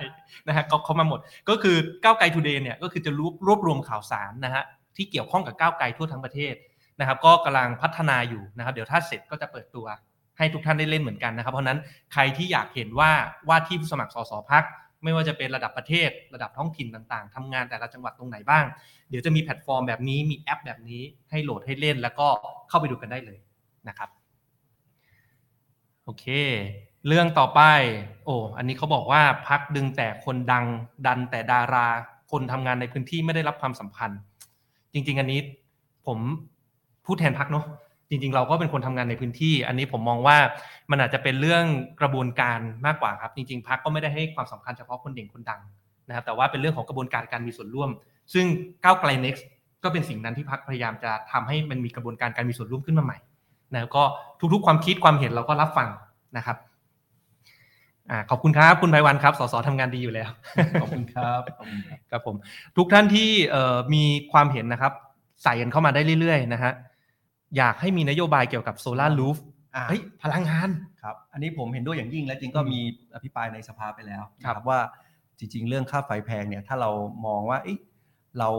นะฮะเขาเขามาหมด ก็คือก้าวไกล today เนี่ยก็คือจะรวบรวบรวมข่าวสารนะฮะที่เกี่ยวข้องกับก้าวไกลทั่วทั้งประเทศนะครับ ก็กำลังพัฒนาอยู่นะครับ เดี๋ยวถ้าเสร็จก็จะเปิดตัว ให้ทุกท่านได้เล่นเหมือนกันนะครับ เพราะฉะนั้นใครที่อยากเห็นว่าว่าที่ผู้สมัครสสพัก ไม่ว่าจะเป็นระดับประเทศ ระดับท้องถิ่นต่างๆทำงานแต่ละจังหวัดตรงไหนบ้าง เดี๋ยวจะมีแพลตฟอร์มแบบนี้มีแอปแบบนี้ให้โหลดให้เล่นแล้วก็เข้าไปดูกันได้เลยนะครับ โอเค เรื่องต่อไป โอ้อันนี้เขาบอกว่าพักดึงแต่คนดัง ดันแต่ดารา คนทำงานในพื้นที่ไม่ได้รับความสัมพันธ์ จริง ๆ อันนี้ผมพูดแทนพักเนาะจริง ๆ เราก็เป็นคนทำงานในพื้นที่ อันนี้ผมมองว่ามันอาจจะเป็นเรื่องกระบวนการมากกว่าครับ จริง ๆพักก็ไม่ได้ให้ความสำคัญเฉพาะคนเด่นคนดังนะครับแต่ว่าเป็นเรื่องของกระบวนการการมีส่วนร่วม ซึ่งก้าวไกล next ก็เป็นสิ่งนั้นที่พักพยายามจะทำให้มันมีกระบวนการการมีส่วนร่วมขึ้นมาใหม่ นะครับก็ทุกๆ ความคิดความเห็นเราก็รับฟังนะครับอ่าขอบคุณครับ คุณไพวันครับ สสทำงานดีอยู่แล้ว
ขอบคุณครับขอบคุณครับ
ครับผมทุกท่านที่เอ่อมีความเห็นนะครับใส่กันเข้ามาได้เรื่อยๆนะฮะอยากให้มีนโยบายเกี่ยวกับโซลารูฟ
อ่า
เฮ้ยพลังงาน
ครับอันนี้ผมเห็นด้วยอย่างยิ่งและจริงก็มีอภิปรายในสภาไปแล้วนะครับ ว่าจริง ๆ เรื่องค่าไฟแพงเนี่ยถ้าเรามองว่าเอ๊ะเรา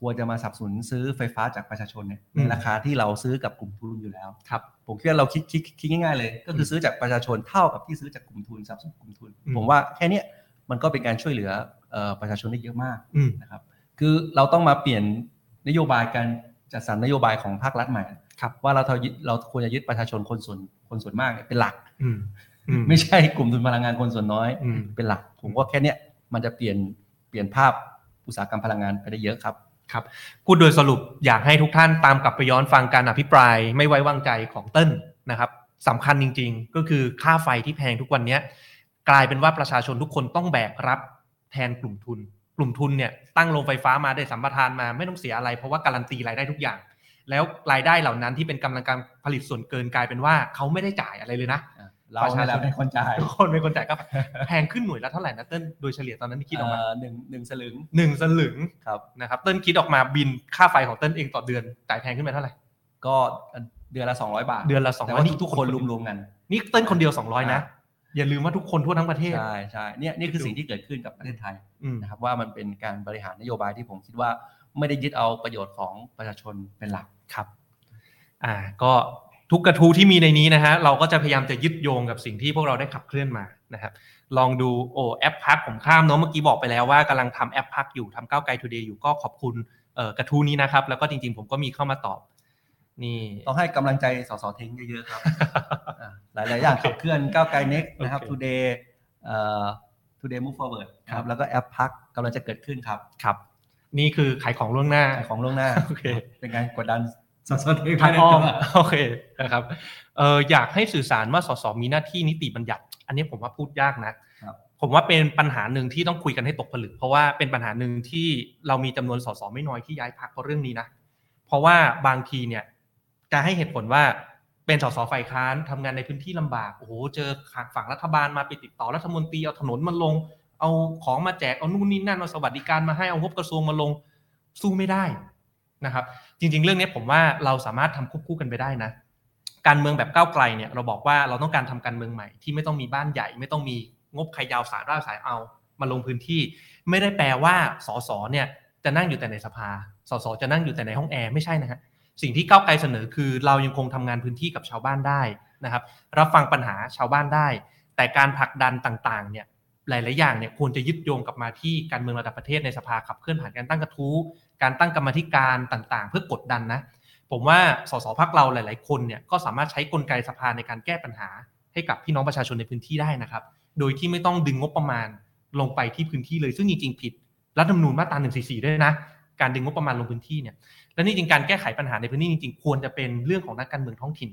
ควรจะมาสนับสนุนซื้อไฟฟ้าจากประชาชนเนี่ยในราคาที่เราซื้อกับกลุ่มทุนอยู่แล้วครับผมคิดว่าเราคิดคิดคิดง่ายๆเลย ก็คือซื้อจากประชาชนเท่ากับที่ซื้อจากกลุ่มทุนสนับสนุนกลุ่มทุน ผมว่าแค่เนี้ยมันก็เป็นการช่วยเหลือเอ่อประชาชนได้เยอะมาก
อืม
นะครับคือเราต้องมาเปลี่ยนนโยบายการจัดสรรนโยบายของภาครัฐใหม่
ครับ
ว่าเราเราเราควรจะยึดประชาชนคนส่วนคนส่วนมากเนี่ยเป็นหลัก
อืมอืม
ไม่ใช่กลุ่มทุนพลังงานคนส่วนน้อย
อืม
เป็นหลัก ผมว่าแค่เนี้ยมันจะเปลี่ยนเปลี่ยนภาพอุตสาหกรรมพลังงานไปได้เยอะครับ
พูดโดยสรุปอยากให้ทุกท่านตามกลับไปย้อนฟังการอภิปรายไม่ไว้วางใจของเติ้ลนะครับสำคัญจริงๆ ก็คือค่าไฟที่แพงทุกวันเนี้ยกลายเป็นว่าประชาชนทุกคนต้องแบกรับแทนกลุ่มทุน กลุ่มทุนเนี่ยตั้งโรงไฟฟ้ามาได้สัมปทานมาไม่ต้องเสียอะไรเพราะว่าการันตีรายได้ทุกอย่าง แล้วรายได้เหล่านั้นที่เป็นกำลังการผลิตส่วนเกินกลายเป็นว่าเขาไม่ได้จ่ายอะไรเลยนะ
เรา
ประชาชน
เเป็นคนจ่าย
ทุกคนเป็นคนจ่ายก็แพงขึ้นหน่วยละเท่าไหร่นะเติ้ลโดยเฉลี่ยตอนนั้นที่คิดออกมา
เอ่อหนึ่งหนึ่งสลึง
หนึ่งสลึง
ครับ
นะครับเติ้ลคิดออกมาบินค่าไฟของเติ้ลเองต่อเดือนจ่ายแพงขึ้นไปเท่าไหร่
ก็เดือนละ 200 บาท
เดือนละสอง
แต่
ร้อย
ว่าทุกคนรวมๆกัน
นี่เต้นคนเดียวสองร้อย
อ่า
นะ อย่าลืมว่าทุกคนทั่วทั้งประเทศ
ใช่ใช่เนี่ยนี่คือสิ่งที่เกิดขึ้นกับประเทศไทย
อืม
นะครับว่ามันเป็นการบริหารนโยบายที่ผมคิดว่าไม่ได้ยึดเอาประโยชน์ของประชาชนเป็นหลัก
ครับอ่าก็ทุกกระทู้ที่มีในนี้นะฮะเราก็จะพยายามจะยึดโยงกับสิ่งที่พวกเราได้ขับเคลื่อนมานะครับลองดูโอแอปพักผมข้ามเนาะเมื่อกี้บอกไปแล้วว่ากำลังทำแอปพักอยู่ทำก้าวไกลทูเดย์อยู่ก็ขอบคุณเอ่อกระทู้นี้นะครับ แล้วก็จริงๆ ผมก็มีเข้ามาตอบ นี่ *laughs*
ต้องให้กำลังใจสสเทงเยอะๆครับ อ่าหลายๆ
*laughs*
อย่างขับเคลื่อนก้าวไกลเน็กนะครับ
โอเค
today เอ่อ today move forward ครับแล้วก็แอปพักกำลังจะเกิดขึ้นครับ
ครับ นี่คือขายของล่วงหน้า
ขายของล่วงหน้า
โอเค
เป็นการกดดันสสเทง
ทางอ้อม *laughs*
ไปในตัว
โอเคนะครับเอออยากให้สื่อสารว่าสสมีหน้าที่นิติบัญญัติ อันนี้ผมว่าพูดยากนะครับ ผมว่าเป็นปัญหาหนึ่งที่ต้องคุยกันให้ตกผลึก เพราะว่าเป็นปัญหาหนึ่งที่เรามีจำนวนสสไม่น้อยที่ย้ายพักเพราะเรื่องนี้นะเพราะว่าบางทีเนี่ยจะให้เหตุผลว่าเป็นสสฝ่ายค้านทำงานในพื้นที่ลำบากโอ้โหเจอฝั่งรัฐบาลมาไปติดต่อรัฐมนตรีเอาถนนมาลง เอาของมาแจกเอานู่นนี่นั่นเอาสวัสดิการมาให้เอางบกระทรวงมาลงสู้ไม่ได้นะครับ จริง ๆ เรื่องนี้ผมว่าเราสามารถทำควบคู่กันไปได้นะ การเมืองแบบก้าวไกลเนี่ยเราบอกว่าเราต้องการทำการเมืองใหม่ที่ไม่ต้องมีบ้านใหญ่ ไม่ต้องมีงบใครยาวสายร่าสายเอามาลงพื้นที่ ไม่ได้แปลว่าสสเนี่ยจะนั่งอยู่แต่ในสภาสสจะนั่งอยู่แต่ในห้องแอร์ไม่ใช่นะฮะสิ่งที่ก้าวไกลเสนอคือเรายังคงทำงานพื้นที่กับชาวบ้านได้นะครับ รับฟังปัญหาชาวบ้านได้ แต่การผลักดันต่างๆเนี่ยหลาย ๆ อย่างเนี่ยควรจะยึดโยงกลับมาที่การเมืองระดับประเทศในสภาขับเคลื่อนผ่านการตั้งกระทู้ การตั้งกรรมาธิการต่างๆ เพื่อกดดันนะ ผมว่าสสพักเราหลายๆ คนเนี่ยก็สามารถใช้กลไกสภาในการแก้ปัญหา ให้กับพี่น้องประชาชนในพื้นที่ได้นะครับ โดยที่ไม่ต้องดึงงบประมาณลงไปที่พื้นที่เลยซึ่งจริงๆผิดรัฐธรรมนูญมาตรา144 ด้วยนะ การดึงงบประมาณลงพื้นที่เนี่ยและนี่จริงการแก้ไขปัญหาในพื้นที่จริงๆ ควรจะเป็นเรื่องของนักการเมืองท้องถิ่น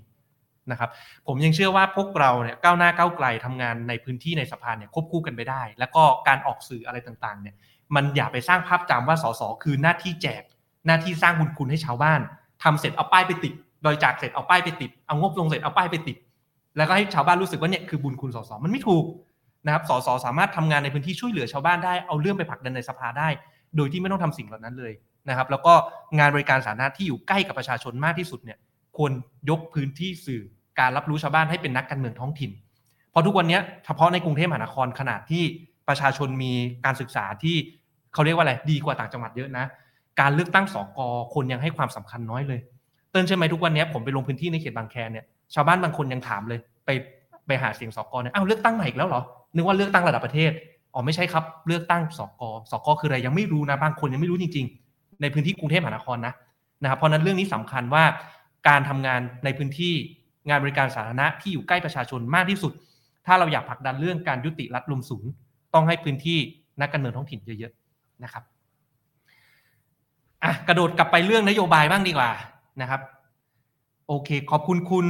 นะครับ ผมยังเชื่อว่าพวกเราเนี่ยก้าวหน้าก้าวไกลทำงานในพื้นที่ในสภาเนี่ยควบคู่กันไปได้ แล้วก็การออกสื่ออะไรต่างๆเนี่ย มันอย่าไปสร้างภาพจำว่าสสคือหน้าที่แจก หน้าที่สร้างบุญคุณให้ชาวบ้านทำเสร็จเอาป้ายไปติดบริจาคเสร็จเอาป้ายไปติดเอางบลงเสร็จเอาป้ายไปติด แล้วก็ให้ชาวบ้านรู้สึกว่าเนี่ยคือบุญคุณสสมันไม่ถูกนะครับสสสามารถทำงานในพื้นที่ช่วยเหลือชาวบ้านได้เอาเรื่องไปผลักดันในสภาได้ โดยที่ไม่ต้องทำสิ่งเหล่านั้นเลยนะครับ แล้วก็งานบริการสาธารณะที่อยู่ใกล้กับประชาชนมากที่สุดเนี่ยควรยกพื้นที่สื่อการรับรู้ชาวบ้านให้เป็นนักการเมืองท้องถิ่น เพราะทุกวันเนี้ยเฉพาะในกรุงเทพมหานครขนาดที่ประชาชนมีการศึกษาที่เขาเรียกว่าอะไรดีกว่าต่างจังหวัดเยอะนะ การเลือกตั้งสกคนยังให้ความสำคัญน้อยเลย เติ้ลใช่อไหมทุกวันเนี้ยผมไปลงพื้นที่ในเขตบางแคเนี่ยชาวบ้านบางคนยังถามเลย ไปไปหาเสียงสกเนี่ยอ้าวเลือกตั้งใหม่อีกแล้วเหรอนึกว่าเลือกตั้งระดับประเทศอ๋อไม่ใช่ครับเลือกตั้งสกสกคืออะไรยังไม่รู้นะบางคนยังไม่รู้จริง ๆ ในพื้นที่กรุงเทพมหานครนะ นะครับเพราะฉะนั้นเรื่องนี้สำคัญว่าการทำงานในพื้นที่งานบริการสาธารณะที่อยู่ใกล้ประชาชนมากที่สุด ถ้าเราอยากผลักดันเรื่องการยุติรัฐรวมศูนย์ ต้องให้พื้นที่นักการเมืองท้องถิ่นเยอะๆนะครับ อ่ะกระโดดกลับไปเรื่องนโยบายบ้างดีกว่านะครับ โอเค ขอบคุณคุณ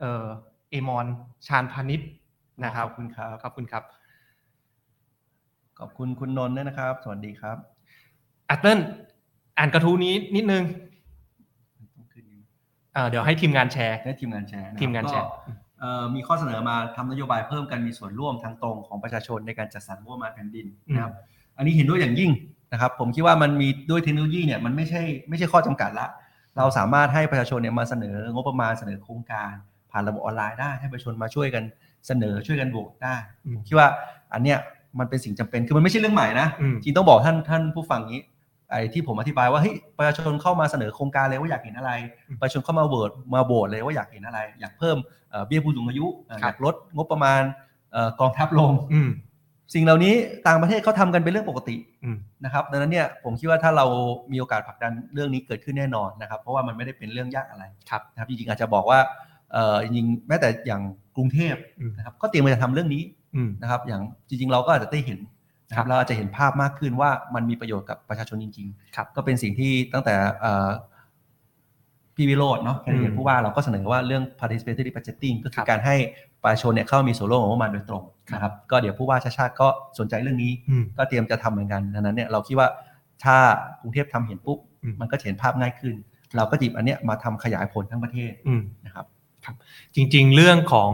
เอ่อเอมอนชาญพานิชนะครับขอบคุณครับขอบคุณครับ
ขอบคุณคุณนนท์ด้วยนะครับ สวัสดีครับ
อัตเติ้ลอ่านกระทู้นี้นิดนึงเอ่อเดี๋ยวให้ทีมงานแชร์
ให้ทีมงานแชร์ะครับ
ทีมงานแชร์
ก็เอ่อมีข้อเสนอมาทำนโยบายเพิ่มการมีส่วนร่วมทางตรงของประชาชนในการจัดสรรงบประมาณแผ่นดินนะครับ อันนี้เห็นด้วยอย่างยิ่งนะครับ ผมคิดว่ามันมีด้วยเทคโนโลยีเนี่ยมันไม่ใช่ไม่ใช่ข้อจำกัดละ เราสามารถให้ประชาชนเนี่ยมาเสนองบประมาณเสนอโครงการผ่านระบบออนไลน์ได้ให้ประชาชนมาช่วยกันเสนอช่วยกันโหวตได้
อืม
คิดว่าอันเนี้ยมันเป็นสิ่งจำเป็นคือมันไม่ใช่เรื่องใหม่นะ
อืม
จริงต้องบอกท่านท่านผู้ฟังนี้ไอ้ที่ผมอธิบายว่าเฮ้ยประชาชนเข้ามาเสนอโครงการเลยว่าอยากเห็นอะไร
อืม
ประชาชนเข้ามาโหวตมาโหวตเลยว่าอยากเห็นอะไร อยากเพิ่มเอ่อเบี้ยผู้สูงอายุเอ่อ
ค
อ
รั
ยา
บ
กลดงบประมาณเอ่อกองทัพลง *laughs*
อืม
สิ่งเหล่านี้ต่างประเทศเขาทำกันเป็นเรื่องปกติ
อืม
นะครับดังนั้นเนี่ยผมคิดว่าถ้าเรามีโอกาสผลักดันเรื่องนี้เกิดขึ้นแน่นอนนะครับ เพราะว่ามันไม่ได้เป็นเรื่องยากอะไร
ครับ
นะครับจริงๆอาจจะบอกว่าเอ่อจริงๆแม้แต่อย่างกรุงเทพ
อืม
นะครับก็เตรียมจะทำเรื่องนี้
อืม
นะครับอย่างจริงๆเราก็อาจจะได้เห็นนะค
ครั
รับบ เราอาจจะเห็นภาพมากขึ้นว่ามันมีประโยชน์กับประชาชนจริง
ครับ
ก็เป็นสิ่งที่ตั้งแต่เอ่อพี่วิโรจน์เนาะแคนดิเด
อื
ต
ม
ผู้ว่าเราก็เสนอว่าเรื่อง participatory budgeting ก็
ค
คือ
รั
บ การให้ประชาชนเนี่ยเข้ามีส่วนร่วมของงบประมาณโดยตรง
ครับ
นะครับก็เดี๋ยวผู้ว่าชาติชาติก็สนใจเรื่องนี้
อืม
ก็เตรียมจะทำเหมือนกันดังนั้นเนี่ยเราคิดว่าถ้ากรุงเทพทำเห็นปุ๊บ
อืม
มันก็จะเห็นภาพง่ายขึ้น เราก็จิบอันเนี้ยมาทำขยายผลทั้งประเทศ
อืม
นะครับ
จริงๆ เรื่องของ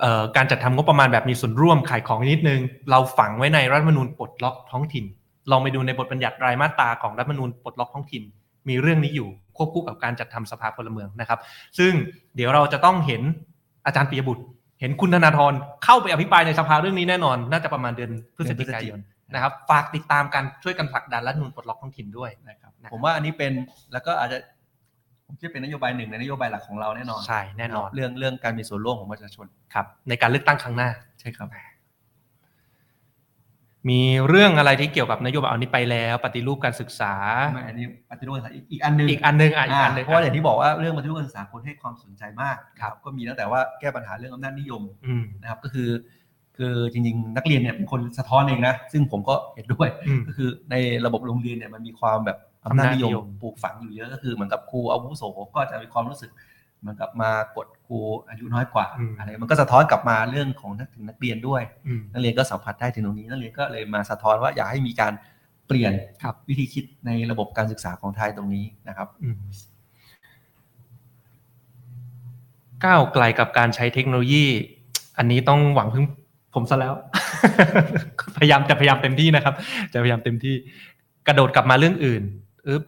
เออการจัดทำงบประมาณแบบมีส่วนร่วมขายของนิดนึง เราฝังไว้ในรัฐธรรมนูญปลดล็อกท้องถิ่น ลองไปดูในบทบัญญัติรายมาตราของรัฐธรรมนูญปลดล็อกท้องถิ่น มีเรื่องนี้อยู่ควบคู่กับการจัดทำสภาพลเมืองนะครับ ซึ่งเดี๋ยวเราจะต้องเห็นอาจารย์ปิยบุตร เห็นคุณธนาธรเข้าไปอภิปรายในสภาเรื่องนี้แน่นอน น่าจะประมาณเดือนพฤศจิกายนนะครับฝากติดตามกันช่วยกันผลักดันรัฐธรรมนูญปลดล็อกท้องถิ่นด้วย
นะครับ
นะครับ
ผมว่าอันนี้เป็นแล้วก็อาจจะผมคิดว่าเป็นนโยบายหนึ่งในนโยบายหลักของเราแน่นอน
ใช่แน่นอน
เรื่องเรื่องการมีส่วนร่วมของประชาชน
ครับในการเลือกตั้งครั้งหน้า
ใช่ครับ
มีเรื่องอะไรที่เกี่ยวกับนโยบายเอานี้ไปแล้ว ปฏิรูปการศึกษา
ไม่อันนี้ปฏิรูปการศึกษาอีกอีกอันหนึ่ง
อีกอันหนึงอ่ะอีกอันหนึง
เพราะว่าอย่างที่บอกว่าเรื่องปฏิรูปการศึกษาคนให้ความสนใจมาก
ครับ
ก็มีตั้งแต่ว่าแก้ปัญหาเรื่องอำนาจนิยม
อืม
นะครับ ก็คือ คือจริงๆ นักเรียนเนี่ยเป็นคนสะท้อนเองนะซึ่งผมก็เห็นด้วย
อืม
ก็คือในระบบโรงเรียนเนี่ยมันมีความแบบอำนาจนิย
อำนาจนิย
ม
ม
ปลูกฝังอยู่เยอะก็คือเหมือนกับครูอาวุโสก็จะมีความรู้สึกเหมือนกับมากดครูอายุน้อยกว่า
อืม
อะไรมันก็สะท้อนกลับมาเรื่องของนักถึงนักเรียนด้วย
อืม
นักเรียนก็สัมผัสได้ถึงตรงนี้นักเรียนก็เลยมาสะท้อนว่าอยากให้มีการเปลี่ยน
ครับ
วิธีคิดในระบบการศึกษาของไทยตรงนี้นะครับ
อืมก้าวไกลกับการใช้เทคโนโลยี อันนี้ต้องหวังพึ่งผมซะแล้ว *laughs* พยายามจะพยายามเต็มที่นะครับ จะพยายามเต็มที่ กระโดดกลับมาเรื่องอื่นอึ๊บ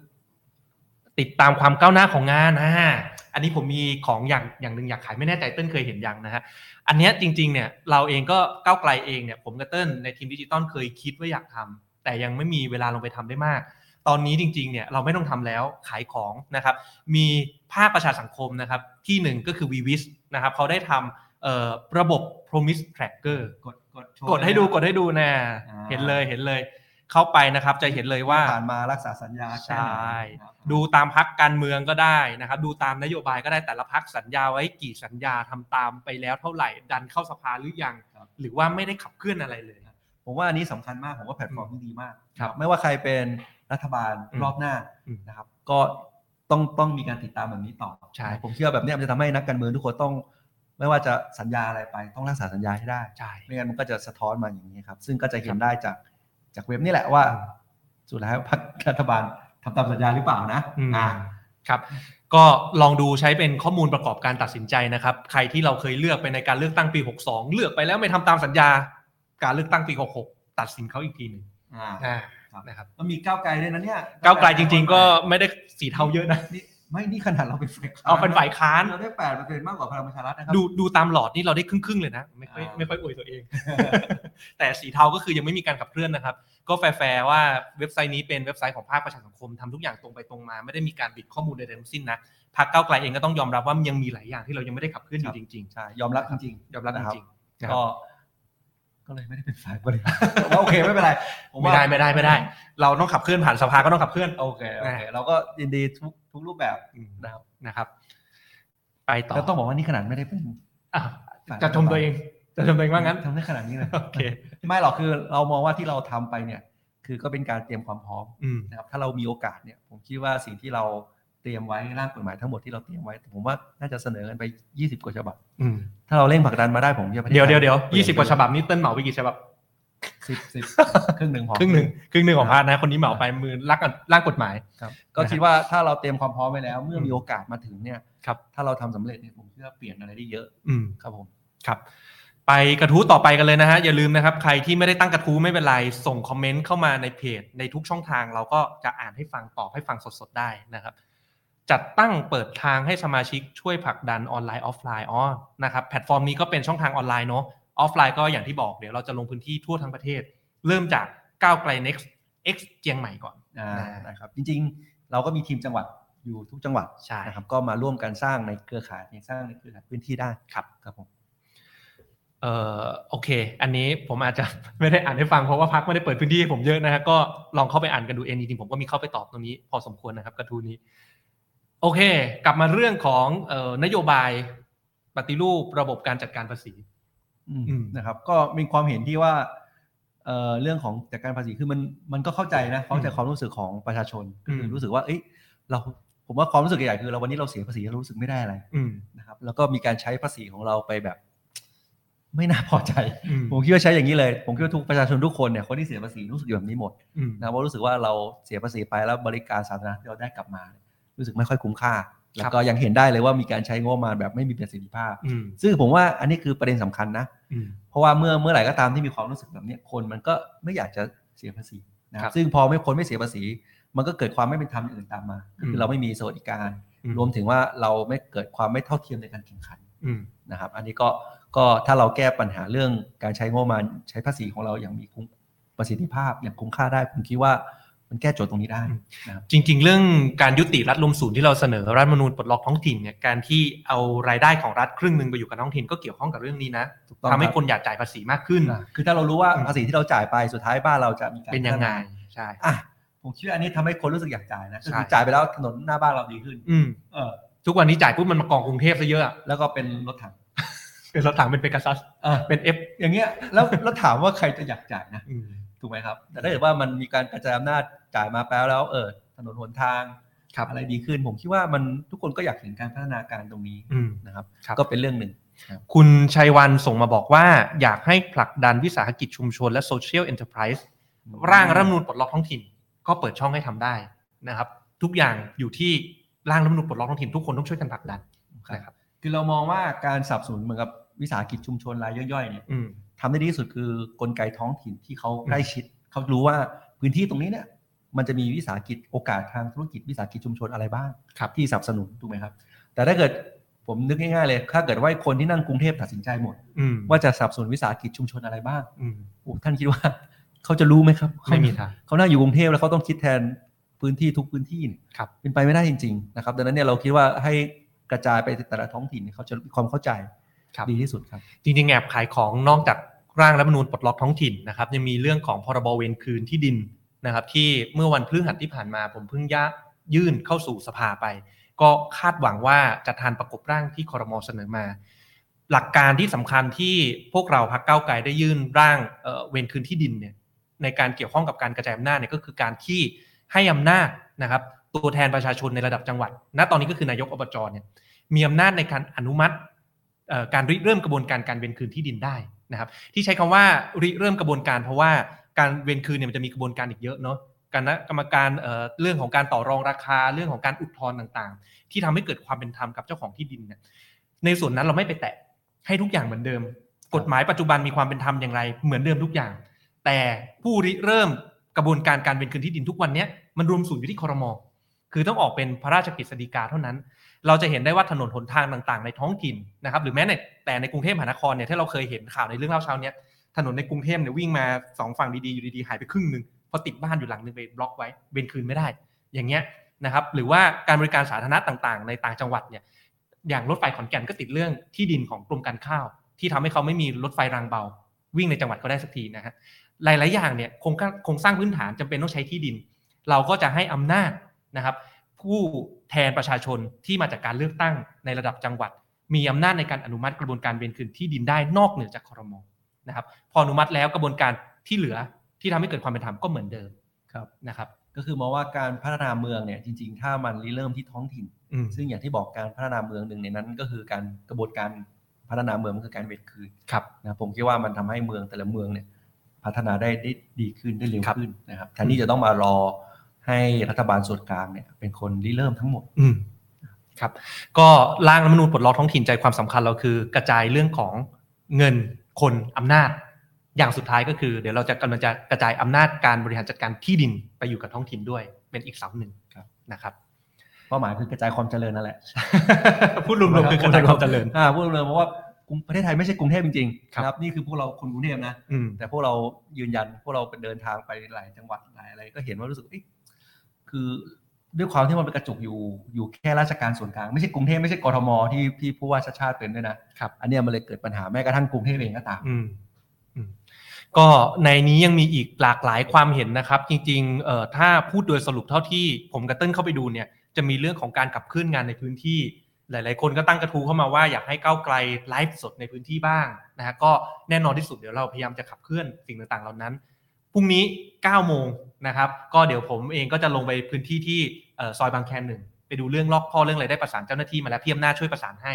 ติดตามความก้าวหน้าของงานนะฮะอันนี้ผมมีของอย่างอย่างหนึ่งอยากขายไม่แน่ใจเติ้ลเคยเห็นยังนะฮะอันเนี้ยจริง ๆ เนี่ย เราเองก็ก้าวไกลเองเนี่ย ผมกับเติ้ลในทีมดิจิตอลเคยคิดว่าอยากทำแต่ยังไม่มีเวลาลงไปทำได้มาก ตอนนี้จริงๆ เนี่ยเราไม่ต้องทำแล้วขายของนะครับ มีภาคประชาสังคมนะครับ ที่หนึ่งก็คือ v w i s นะครับเขาได้ทำเอ่อระบบ promise tracker
กดกดโชว์
กดให้ดูกดให้ดูนะ
อ่า
เห็นเลยเห็นเลย เข้าไปนะครับจะเห็นเลยว่า
ผ่านมารักษาสัญญาแค่ไหน
ใช่
นะครับ
ดูตามพักการเมืองก็ได้นะครับ ดูตามนโยบายก็ได้แต่ละพักสัญญาไว้กี่สัญญาทำตามไปแล้วเท่าไหร่ดันเข้าสภาหรือยัง
ครับ
หรือว่าไม่ได้ขับเคลื่อนอะไรเลย
ผมว่าอันนี้สำคัญมาก ผมว่าแพลตฟอร์มที่ดีมาก
ครับ
ไม่ว่าใครเป็นรัฐบาล
อืม
รอบหน้า
อืม
นะครับ ก็ต้องต้องมีการติดตามแบบนี้ต่อ
ใช่
ผมเชื่อแบบเนี้ยมันจะทำให้นักการเมืองทุกคนต้อง ไม่ว่าจะสัญญาอะไรไป ต้องรักษาสัญญาให้ได้
ใช่
ไม่งั้นมันก็จะสะท้อนมาอย่างนี้ครับ ซึ่งก็จะเห็นได้จากจากเว็บนี่แหละว่า สุดท้ายพรรครัฐบาลทำตามสัญญาหรือเปล่านะ
อืม
อ่า
ครับ ก็ลองดูใช้เป็นข้อมูลประกอบการตัดสินใจนะครับ ใครที่เราเคยเลือกไปในการเลือกตั้งปี 62 เลือกไปแล้วไม่ทำตามสัญญา การเลือกตั้งปี 66 ตัดสินเขาอีกทีหนึ่ง
อ่า
อ่า
ครับ
นะครับ
ก็มีก้าวไกลด้วยนะเนี่ย
ก้าวไกลจริง ๆ ก็ไม่ได้สีเทาเยอะนะ
นี่ไม่นี่ขนาดเราเป็นฝ่ายค้าน
เอาเป็นฝ่ายค้าน
เราได้แปดเปอร์เซ็นต์มากกว่าพลังประชารัฐนะครับ
ดูดูตามหลอดนี่เราได้ครึ่งๆเลยนะ ไม่ค่อย
อ่า
ไม่ค่อยอวยตัวเอง *laughs* แต่สีเทาก็คือยังไม่มีการขับเคลื่อนนะครับ ก็แฟร์ๆว่าเว็บไซต์นี้เป็นเว็บไซต์ของภาคประชาสังคมทำทุกอย่างตรงไปตรงมา ไม่ได้มีการบิดข้อมูลใดๆทั้งสิ้นนะพรรคก้าวไกลเองก็ต้องยอมรับว่ายังมีหลายอย่างที่เรายังไม่ได้ขับเคลื่อนอยู่จริง
ใช่ยอมรับจริง
ๆ ยอมรับจริง
ๆนะค
นะ
รับ ก็ก็เลยไม่ได้เป็นฝ่ายบริห *laughs* ารผมว่าโอเคไม่เป็นไรผ
ๆ *laughs* ไม่ได้ไม่ได้ไม่ได้ เราต้องขับเคลื่อนผ่านสภาก็ต้องขับเคลื่อน
โอเคโอเคเราก็ยินดีทุกทุกรูปแบบ
นะครับนะครับ ไปต่อ
แล้วต้องบอกว่านี่ขนาดไม่ได้เป็น
อ่ะ
ฝ่าย
จะชมตัวเองจะชมตัวเองว่างั้น
ทำได้ขนาดนี้เลย
โอเค
ไม่หรอกคือเรามองว่าที่เราทำไปเนี่ย คือก็เป็นการเตรียมความพร้อม
อืม
นะครับถ้าเรามีโอกาสเนี่ยผมคิดว่าสิ่งที่เราเตรียมไว้ร่างกฎหมายทั้งหมดที่เราเตรียมไว้ ผมว่าน่าจะเสนอกันไป 20 กว่าฉบับ
อืม
ถ้าเราเร่งผลักดันมาได้ผมจะ
เดี๋ยวเดี๋ยวเดี๋ยวยี่สิบกว่าฉบับนี้เติ้ลเหมาไปกี่ฉบับ
สิบสิบครึ่งหนึ่งพอ
ครึ่งหนึ่งครึ่งหนึ่งของพาร์ทนะคนนี้เหมาไปมือรักกันร่างกฎหมาย
ครับก็คิดว่าถ้าเราเตรียมความพร้อมไว้แล้ว เมื่อมีโอกาสมาถึงเนี่ย
ครับ
ถ้าเราทำสำเร็จเนี่ยผมเชื่อเปลี่ยนอะไรได้เยอะ
อืม
ครับผม
ครับ ไปกระทู้ต่อไปกันเลยนะฮะ อย่าลืมนะครับ ใครที่ไม่ได้ตั้งกระทู้ไม่เป็นไร ส่งคอมเมนต์เข้ามาในเพจ ในทุกช่องทางเราก็จะอ่านให้ฟังตอบให้ฟังสดๆได้นะครับ จัดตั้งเปิดทางให้สมาชิกช่วยผลักดันออนไลน์ออฟไลน์อ๋อนะครับแพลตฟอร์มนี้ก็เป็นช่องทางออนไลน์เนาะออฟไลน์ก็อย่างที่บอกเดี๋ยวเราจะลงพื้นที่ทั่วทั้งประเทศ เริ่มจากก้าวไกล next x เจียงใหม่ก่อน
อ่า
ได้
นะครับจริงๆ เราก็มีทีมจังหวัดอยู่ทุกจังหวัด
ใช่
นะ
ค
ครั
รั
บ บก็มาร่วมกันสร้างในเครือข่ายเนี่ยสร้างในเครือข่ายพื้นที่ได้
ครับ
ครับผม
เออโอเค อันนี้ผมอาจจะ ไม่ได้อ่านให้ฟังเพราะว่าพักไม่ได้เปิดพื้นที่ให้ผมเยอะนะฮะก็ลองเข้าไปอ่านกันดูเองจริงๆผมก็มีเข้าไปตอบตรงนี้ พอสมควรนะครับกระทู้นี้ โอเค กลับมาเรื่องของเออนโยบายปฏิรูประบบการจัดการภาษี
อืม
อืม
นะครับก็มีความเห็นที่ว่าเอ่อเรื่องของจัดการภาษีคือมันมันก็เข้าใจนะเข้าใจ
อืม
ความรู้สึกของประชาชนก็คืออ
ม
รู้สึกว่าเอ้ยเราผมว่าความรู้สึกใหญ่ๆคือเราวันนี้เราเสียภาษีเรารู้สึกไม่ได้อะไร
อืม
นะครับแล้วก็มีการใช้ภาษีของเราไปแบบ ไม่น่าพอใจ
อืม
ผมคิดว่าใช้อย่างนี้เลย ผมคิดว่าทุกประชาชนทุกคนเนี่ยคนที่เสียภาษีรู้สึกแบบนี้หมด
อืม
นะว่ารู้สึกว่าเราเสียภาษีไปแล้วบริการสาธารณะที่เราได้กลับมา รู้สึกไม่ค่อยคุ้มค่า แล้วก็ยังเห็นได้เลยว่ามีการใช้งบประมาณแบบไม่มีประสิทธิภาพ
อืม
ซึ่งผมว่าอันนี้คือประเด็นสำคัญนะ
อืม
เพราะว่าเมื่อเมื่อไหร่ก็ตามที่มีความรู้สึกแบบเนี้ยคนมันก็ไม่อยากจะเสียภาษีนะค
ค
รั
รั
บบ ซึ่งพอไม่คนไม่เสียภาษี มันก็เกิดความไม่เป็นธรรมอย่างอื่นตามมาก็คือ
ม
อเราไม่มีสวัสดิการ
อื
รวมถึงว่าเราไม่เกิดความไม่เท่าเทียมในการแข่งขัน
อืม
นะครับอันนี้ก็ก็ถ้าเราแก้ปัญหาเรื่องการใช้งบประมาณใช้ภาษีของเราอย่างมีคุ้มประสิทธิภาพอย่างคุ้มค่าได้ ผมคิดว่ามันแก้โจทย์ตรงนี้ได้
อืม จริง ๆ เรื่องการยุติรัฐรวมศูนย์ที่เราเสนอรัฐธรรมนูญปลดล็อกท้องถิ่นเนี่ยการที่เอารายได้ของรัฐครึ่งหนึ่งไปอยู่กับท้องถิ่นก็เกี่ยวข้องกับเรื่องนี้นะ
ถูกต้อง
ทำ
ค
ให้
รับ
คนอยากจ่ายภาษีมากขึ้น
อ่ะคือถ้าเรารู้ว่า
อืม
ภาษีที่เราจ่ายไปสุดท้ายบ้านเราจะมีการ
เป็นยังไง
พัฒ
ใช่
าอ่ะผมคิดว่าอันนี้ทำให้คนรู้สึกอยากจ่ายนะก็
ใช่
คือจ่ายไปแล้วถนนหน้าบ้านเราดีขึ้น
อืม
เออ
ทุกวันนี้จ่ายปุ๊บมันมากองกรุงเทพซะเยอะอะ
แล้วก็เป็นรถถัง
เป็นรถถังเป็นเปกาซัส
อ่ะ
เป็นเอฟ
อย่างเงี้ยแล้วแล้วถามว่าใครจะอยากจ่ายนะถูกไหมครับ แต่ถ้าเกิดว่ามันมีการกระจายอำนาจจ่ายมาแป๊บแล้วเออถนนหนทาง
ครับ
อะไรดีขึ้น ผมคิดว่ามันทุกคนก็อยากเห็นการพัฒนาการตรงนี้
อืม
นะครับ
ครับ
ก็เป็นเรื่องหนึ่ง
คุณชัยวันส่งมาบอกว่า อยากให้ผลักดันวิสาหกิจชุมชนและโซเชียลเอ็นเตอร์ไพรส์ร่างรัฐธรรมนูญปลดล็อกท้องถิ่น ก็เปิดช่องให้ทำได้นะครับ ทุกอย่างอยู่ที่ร่างรัฐธรรมนูญปลดล็อกท้องถิ่นทุกคนต้องช่วยกันผลักดัน
ครับ
นะครับ
คือเรามองว่าการสนับสนุนเหมือนกับวิสาหกิจชุมชนรายย่อยๆเนี่ย
อืม
ทำได้ดีที่สุดคือกลไกท้องถิ่นที่เขาใกล้ชิด เขารู้ว่าพื้นที่ตรงนี้เนี่ยมันจะมีวิสาหกิจโอกาสทางธุรกิจวิสาหกิจชุมชนอะไรบ้าง
ครับ
ที่สนับสนุนถูกไหมครับ แต่ถ้าเกิดผมนึกง่ายๆเลย ถ้าเกิดว่าคนที่นั่งกรุงเทพตัดสินใจหมด
อืม
ว่าจะสนับสนุนวิสาหกิจชุมชนอะไรบ้าง
อืม
โอ้ท่านคิด *laughs* ว่า เขาจะรู้ไหมครับเขา
ไม่มีทาง
เขานั่งอยู่กรุงเทพแล้วเขาต้องคิดแทนพื้นที่ทุกพื้นที่เนี่ย
ครับ
เป็นไปไม่ได้จริงๆนะครับดังนั้นเนี่ยเราคิดว่าให้กระจายไปแต่ละท้องถิ่นเนี่ยเขาจะมีความเข้าใจ
ครับ
ดีที่สุดครับ
จริงๆแอบขายของนอกจากร่างรัฐธรรมนูญปลดล็อกท้องถิ่นนะครับยังมีเรื่องของพรบเวรคืนที่ดินนะครับที่เมื่อวันพฤหัสที่ผ่านมาผมเพิ่งยะยื่นเข้าสู่สภาไป ก็คาดหวังว่าจะทานประกบร่างที่คอรมอเสนอมา หลักการที่สำคัญที่พวกเราพักเก้าวไกลได้ยื่นร่างเอ่อเวรคืนที่ดินเนี่ยในการเกี่ยวข้องกับการกระจายอำนาจเนี่ยก็คือการที่ให้อำนาจนะครับตัวแทนประชาชนในระดับจังหวัด ณตอนนี้ก็คือนายกอบจเนี่ย มีอำนาจในการอนุมัติเอ่อการริเริ่มกระบวนการการเวนคืนที่ดินได้นะครับ ที่ใช้คำว่าริเริ่มกระบวนการเพราะว่าการเวนคืนเนี่ยมันจะมีกระบวนการอีกเยอะเนาะการณะกรรมการเอ่อเรื่องของการต่อรองราคาเรื่องของการอุทธรณ์ต่างๆ ที่ทำให้เกิดความเป็นธรรมกับเจ้าของที่ดินเนี่ยในส่วนนั้นเราไม่ไปแตะให้ทุกอย่างเหมือนเดิม กฎหมายปัจจุบันมีความเป็นธรรมอย่างไรเหมือนเดิมทุกอย่าง แต่ผู้ริเริ่มกระบวนการการเวนคืนที่ดินทุกวันเนี้ยมันรวมศูนย์อยู่ที่คอรมอคือต้องออกเป็นพระราชกฤษฎีกาเท่านั้น เราจะเห็นได้ว่าถนนหนทางต่างๆ ในท้องถิ่นนะครับหรือแม้ในแต่ในกรุงเทพมหานครเนี่ยถ้าเราเคยเห็นข่าวในเรื่องเล่าเช้าเนี้ยถนนในกรุงเทพเนี่ยวิ่งมาสองฝั่งดีๆอยู่ดีๆหายไปครึ่งหนึ่งเพราะติดบ้านอยู่หลังหนึงไปบล็อกไว้เวนคืนไม่ได้ อย่างเงี้ยนะครับหรือว่าการบริการสาธารณะต่างๆ ในต่างจังหวัดเนี่ยอย่างรถไฟขอนแก่นก็ติดเรื่องที่ดินของกรมการข้าว ที่ทำให้เขาไม่มีรถไฟรางเบา วิ่งในจังหวัดเขาได้สักทีนะฮะหลายๆอย่างเนี่ยโครงการโครงสร้างพื้นฐานจำเป็นต้องใช้ที่ดิน เราก็จะให้อำนาจนะครับ ผู้แทนประชาชนที่มาจากการเลือกตั้งในระดับจังหวัด มีอำนาจในการอนุมัติกระบวนการเวรคืนที่ดินได้นอกเหนือจากคอรมอนะครับ พออนุมัติแล้วกระบวนการที่เหลือที่ทำให้เกิดความเป็นธรรมก็เหมือนเดิม
ครับ
นะครับ
ก็คือมองว่าการพัฒนาเมืองเนี่ยจริง ๆ ถ้ามันริเริ่มที่ท้องถิ่น
อืม
ซึ่งอย่างที่บอกการพัฒนาเมืองหนึ่งในนั้นก็คือการกระบวนการพัฒนาเมืองมันคือการเวทคืน
ครับ
นะผมคิดว่ามันทำให้เมืองแต่ละเมืองเนี่ยพัฒนาได้ได้ดีขึ้นได้เร็ว
ครับ
ขึ้นนะครับแทนที่จะต้องมารอให้รัฐบาลส่วนกลางเนี่ยเป็นคนริเริ่มทั้งหมด
อืมครับ ก็ร่างรัฐธรรมนูญปลดล็อกท้องถิ่นใจความสำคัญเราคือ กระจายเรื่องของเงินคนอำนาจ อย่างสุดท้ายก็คือ เดี๋ยวเราจะกำลังจะกระจายอำนาจการบริหารจัดการที่ดินไปอยู่กับท้องถิ่นด้วย เป็นอีกเสาหนึ่ง
ครับ
นะครับ
เป้าหมายคือกระจายความเจริญนั่นแหละ
*laughs* พูดรวมๆคือกระจายความเจริญ
อ่าพูดเลยเพราะว่ากรุงประเทศไทยไม่ใช่กรุงเทพจริงๆ
ครับ
นะครับนี่คือพวกเราคนกรุงเทพนะ
อืม
แต่พวกเรายืนยันพวกเราเป็นเดินทางไปหลายจังหวัดหลายอะไร ก็เห็นว่ารู้สึกเอ๊ะคือด้วยความที่มันเป็นกระจุกอยู่อยู่แค่ราชการส่วนกลางไม่ใช่กรุงเทพไม่ใช่กทมที่ที่ผู้ว่าชาติชาติเป็นด้วยนะครับ อันเนี้ยมันเลยเกิดปัญหาแม้กระทั่งกรุงเทพเองก็ตาม
อืมอืมก็ในนี้ยังมีอีกหลากหลายความเห็นนะครับ จริงๆเอ่อถ้าพูดโดยสรุปเท่าที่ผมกับเติ้ลเข้าไปดูเนี่ยจะมีเรื่องของการขับเคลื่อนงานในพื้นที่ หลาย ๆ คนก็ตั้งกระทู้เข้ามาว่าอยากให้ก้าวไกลไลฟ์สดในพื้นที่บ้างนะฮะก็แน่นอนที่สุดเดี๋ยวเราพยายามจะขับเคลื่อนสิ่งต่างๆเหล่านั้นพรุ่งนี้9โมงนะครับ ก็เดี๋ยวผมเองก็จะลงไปพื้นที่ที่เอ่อซอยบางแคหนึ่งไปดูเรื่องล็อกพ่อเรื่องอะไรได้ประสานเจ้าหน้าที่มาแล้วพี่อำนาจช่วยประสานให้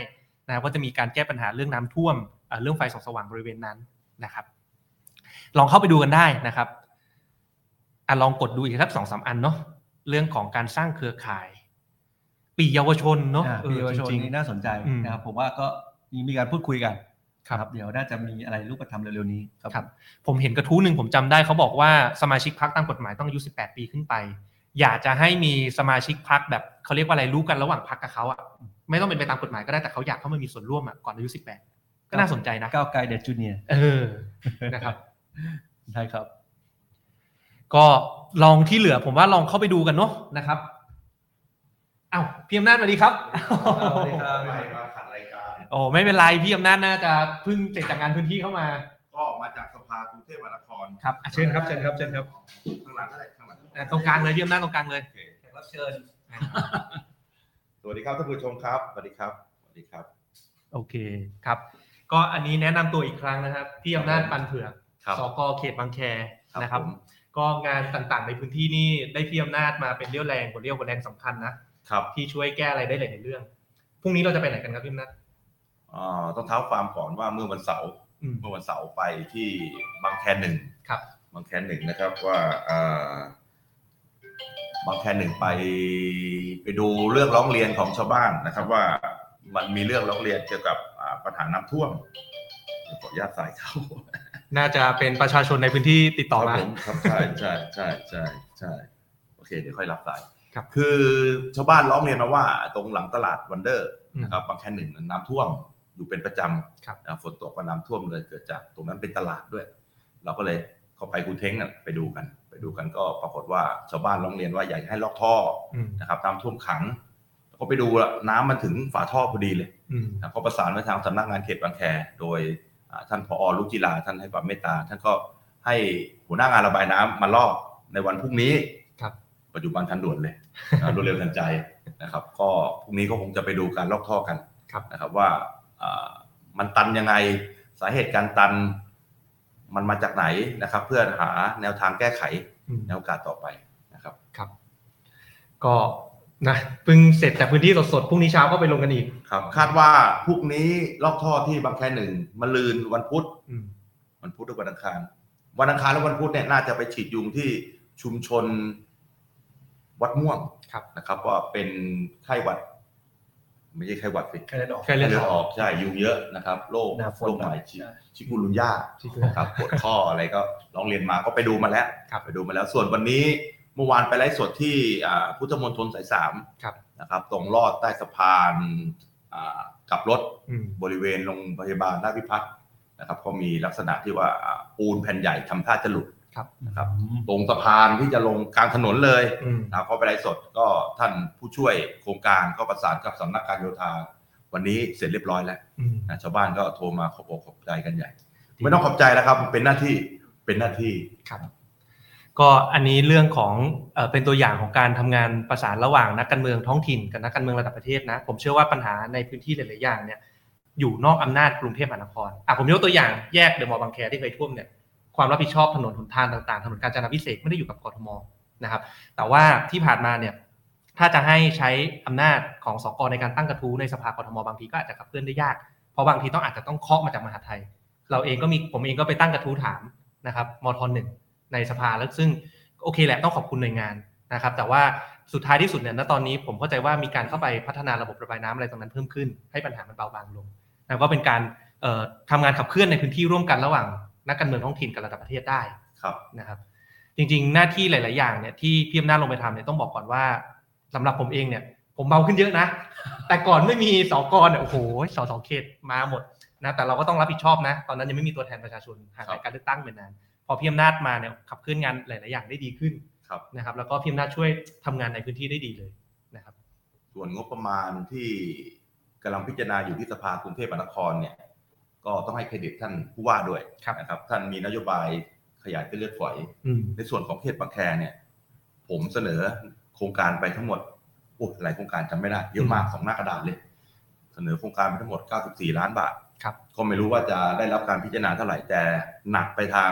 นะครับก็จะมีการแก้ปัญหาเรื่องน้ำท่วมเอ่อเรื่องไฟส่องสว่างบริเวณนั้นนะครับ ลองเข้าไปดูกันได้นะครับอะลองกดดูอีกสักสองสามอันเนาะเรื่องของการสร้างเครือข่าย ปีเยาวชนเนาะ
อ่า
เออ
เยาวชน
จริง
นี่น่าสนใจ
อืม
นะครับผมว่าก็มีการพูดคุยกัน
ครับ
เดี๋ยวน่าจะมีอะไรรูปธรรมเร็วๆนี้ครับ
ครับผมเห็นกระทู้หนึ่งผมจำได้เขาบอกว่าสมาชิกพักตามกฎหมายต้องอายุ 18 ปีขึ้นไป อยากจะให้มีสมาชิกพักแบบเขาเรียกว่าอะไรรู้กันระหว่างพักกับเขาอะไม่ต้องเป็นไปตามกฎหมายก็ได้แต่เขาอยากเข้ามามีส่วนร่วมอะก่อนอายุ 18 ก็น่าสนใจนะ
ก้าวไกลเดดจูเนียร์
เออนะครับ
ใช่ครับ
ก็ลองที่เหลือผมว่าลองเข้าไปดูกันเนาะนะครับอ้าวพี่อำนาจสวัสดีครับ
สวัสดีครับ
มาขัดรายการ
โอ้ไม่เป็นไรพี่อำนาจน่าจะเพิ่งเสร็จจากงานพื้นที่เข้ามา
ก็มาจากสภากรุงเทพมหานคร
ครับอ่ะเชิญครับเชิญครับเชิญครับ
ข้างหลังอะไรข้างหลัง
อ่ะตรงกลางเลยพี่อำนาจตรงกลางเลย
โอเค
รับเชิญ
สวัสดีครับท่านผู้ชมครับสวัสดีครับสวัสดีครับ
โอเคครับ ก็อันนี้แนะนำตัวอีกครั้งนะครับพี่อำนาจปันเผือก
ครับ
สกเขตบางแค
ครับ
นะครับ
ผม
ก็งานต่างๆในพื้นที่นี่ได้พี่อำนาจมาเป็นเรี่ยวแรงหัวเรี่ยวหัวแรงสำคัญนะครับที่ช่วยแก้อะไรได้หลายๆเรื่องพรุ่งนี้เราจะไปไหนกันครับพี่อำนาจ
อ่าต้องเท้าความก่อนว่าเมื่อวันเสาร์
อืม
เมื่อวันเสาร์ไปที่บางแคหนึ่ง
ครับ
บางแคหนึ่งนะครับว่าอ่าบางแคหนึ่งไปไปดูเรื่องร้องเรียนของชาวบ้านนะครับ ว่ามันมีเรื่องร้องเรียนเกี่ยวกับอ่าปัญหาน้ำท่วมขออนุญาตสายเข้า
น่าจะเป็นประชาชนในพื้นที่ติดต่อมา
ครับผมครับใช่ใช่ใช่ใช่ใช่โอเค เดี๋ยวค่อยรับสาย
ครับ
คือชาวบ้านร้องเรียนมาว่า ตรงหลังตลาดวันเดอร์
อืม
นะครับบางแคหนึ่งน้ำท่วมอยู่เป็นประจ
ครับ
ำนะฝนตกก็น้ำท่วมเลยเกิดจากตรงนั้นเป็นตลาดด้วย เราก็เลยเข้าไปคุณเท้งน่ะไปดูกัน ไปดูกันก็ปรากฏว่าชาวบ้านร้องเรียนว่าอยากให้ล็อกท่อ
อืม
นะครับน้ำท่วมขังแล้วก็ไปดูละน้ำมันถึงฝาท่อพอดีเลย
อืม
นะก็ประสานมาทางสำนักงานเขตบางแค โดยอ่าท่านผอลูกจิลาท่านให้ความเมตตา ท่านก็ให้หัวหน้างานระบายน้ำมาลอกในวันพรุ่งนี้
ครับ
ปัจจุบันทันด่วน
*laughs*
เลยอ่ารวดเร็วทันใจนะครับ ก็พรุ่งนี้ก็คงจะไปดูการลอกท่อกัน
ครับ
นะครับว่าอ่ามันตันยังไงสาเหตุการตันมันมาจากไหนนะครับ เพื่อหาแนวทางแก้ไข
อืม
ในโอกาสต่อไปนะครับ
ครับ ก็นะเพิ่งเสร็จจากพื้นที่สดๆพรุ่งนี้เช้าก็ไปลงกันอีก
ครับคาดว่าพรุ่งนี้ลอกท่อที่บางแคหนึ่งมะลืนวันพุธ
อืม
วันพุธหรือวันอังคาร วันอังคารและวันพุธเนี่ยน่าจะไปฉีดยุงที่ชุมชนวัดม่วง
ครับ
นะครับว่าเป็นไข้หวัด ไม่ใช่ไข้หวัดสิ
แค่นั้นออก
แค่เลือด
เลือด
อ
อ
อก
อกใช่ยุงเยอะนะครับโรค
หน้าฝน
โรคใหม่ชิ
ใช่
ชิคุรุนย่า
ชิคุรุญญา
ครับปวดข้ออะไรก็ร้องเรียนมาก็ไปดูมาแล้ว
ครับ
ไปดูมาแล้ว ส่วนวันนี้เมื่อวานไปไลฟ์สดที่อ่าพุทธมณฑลสายสาม
ครับ
นะครับ ตรงลอดใต้สะพานอ่ากลับรถ
อืม
บริเวณโรงพยาบาลราชพิพัฒน์นะครับก็มีลักษณะที่ว่าอ่าปูนแผ่นใหญ่ทำท่าจะหลุด ครับ ตรงสะพานที่จะลงกลางถนนเลย
อืม
นะครับก็ไปไลฟ์สดก็ท่านผู้ช่วยโครงการก็ประสานกับสำนักการโยธา วันนี้เสร็จเรียบร้อยแล้ว
อืม
นะชาวบ้านก็โทรมาขอบอกขอบใจกันใหญ่ ไม่ต้องขอบใจแล้วครับ เป็นหน้าที่เป็นหน้าที่
ครับก็อันนี้เรื่องของเอ่อเป็นตัวอย่างของการทำงานประสานระหว่างนักการเมืองท้องถิ่นกับนักการเมืองระดับประเทศนะ ผมเชื่อว่าปัญหาในพื้นที่หลาย ๆ อย่างเนี่ยอยู่นอกอำนาจกรุงเทพมหานครอ่ะผมยกตัวอย่างแยกเดอะมอลล์บางแคที่เคยท่วมเนี่ยความรับผิดชอบถนนหนทางต่าง ๆ ถนนกาญจนาพิเศษกไม่ได้อยู่กับกทม นะครับ แต่ว่าที่ผ่านมาเนี่ยถ้าจะให้ใช้อำนาจของสกในการตั้งกระทู้ในสภากทมบางทีก็อาจจะขับเคลื่อนได้ยาก เพราะบางทีต้องอาจจะต้องเคาะมาจากมหาดไทย เราเองก็มีผมเองก็ไปตั้งกระทู้ถามนะครับมทหนึ่งในสภาแล้วซึ่งโอเคแหละต้องขอบคุณหน่วยงานนะครับ แต่ว่าสุดท้ายที่สุดเนี่ยณตอนนี้ผมเข้าใจว่ามีการเข้าไปพัฒนาระบบระบายน้ำอะไรตรงนั้นเพิ่มขึ้น ให้ปัญหามันเบาบางลง แล้วก็เป็นการเอ่อทำงานขับเคลื่อนในพื้นที่ร่วมกันระหว่างนักการเมืองท้องถิ่นกับระดับประเทศได้
ครับ
นะครับจริงๆ หน้าที่หลาย ๆ อย่างเนี่ยที่พี่อำนาจลงไปทำเนี่ยต้องบอกก่อนว่าสำหรับผมเองเนี่ยผมเบาขึ้นเยอะนะ แต่ก่อนไม่มีสอกรเนี่ยโอ้โหสอสองเขตมาหมดนะแต่เราก็ต้องรับผิดชอบนะ ตอนนั้นยังไม่มีตัวแทนประชาชนห่างไกลการเลือกตั้งเป็นนานพอพี่อำนาจมาเนี่ยขับเคลื่อนงานหลาย ๆ อย่างได้ดีขึ้น
ครับ
นะครับแล้วก็พี่อำนาจช่วยทำงานในพื้นที่ได้ดีเลยนะครับ
ส่วนงบประมาณที่กำลังพิจารณาอยู่ที่สภากรุงเทพมหานครเนี่ยก็ต้องให้เครดิตท่านผู้ว่าด้วย
ครับ
นะครับ ท่านมีนโยบายขยายเส้นเลือดฝอย
อืม
ในส่วนของเขตบางแคเนี่ย ผมเสนอโครงการไปทั้งหมดโอ้หลายโครงการจำไม่ได้เยอะมาก
อืม
สองหน้ากระดาษเลย เสนอโครงการไปทั้งหมด 94 ล้านบาท
ครับ
ก็ไม่รู้ว่าจะได้รับการพิจารณาเท่าไหร่แต่หนักไปทาง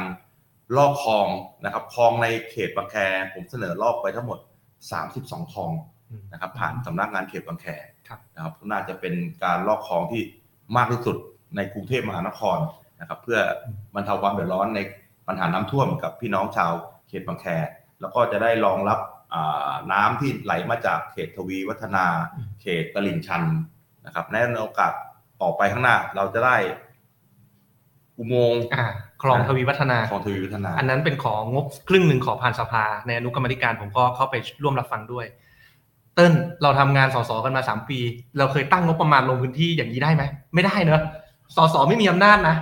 ลอกคลองนะครับคลองในเขตบางแค ผมเสนอลอกไปทั้งหมด 32คลอง
อืม
นะครับผ่านสำนักงานเขตบางแค
ครับ
นะครับน่าจะเป็นการลอกคลองที่มากที่สุดในกรุงเทพมหานครนะครับเพื่ออบรรเทาความเดือดร้อนในปัญหาน้ำท่วมกับพี่น้องชาวเขตบางแค แล้วก็จะได้รองรับอ่าน้ำที่ไหลมาจากเขตทวีวัฒนา
อืม
เขตตลิ่งชันนะครับในโอกาสต่อไปข้างหน้าเราจะได้อุโมงค์
อ่าคลองทวีวัฒนา
ของทวีวัฒนา
อันนั้นเป็นของงบครึ่งหนึ่งขอผ่านสภา ในอนุกรรมธิการผมก็เข้าไปร่วมรับฟังด้วย เติ้ลเราทำงานสสกันมาสามปี เราเคยตั้งงบประมาณลงพื้นที่อย่างนี้ได้ไหมไม่ได้เนอะสสไม่มีอำนาจนะ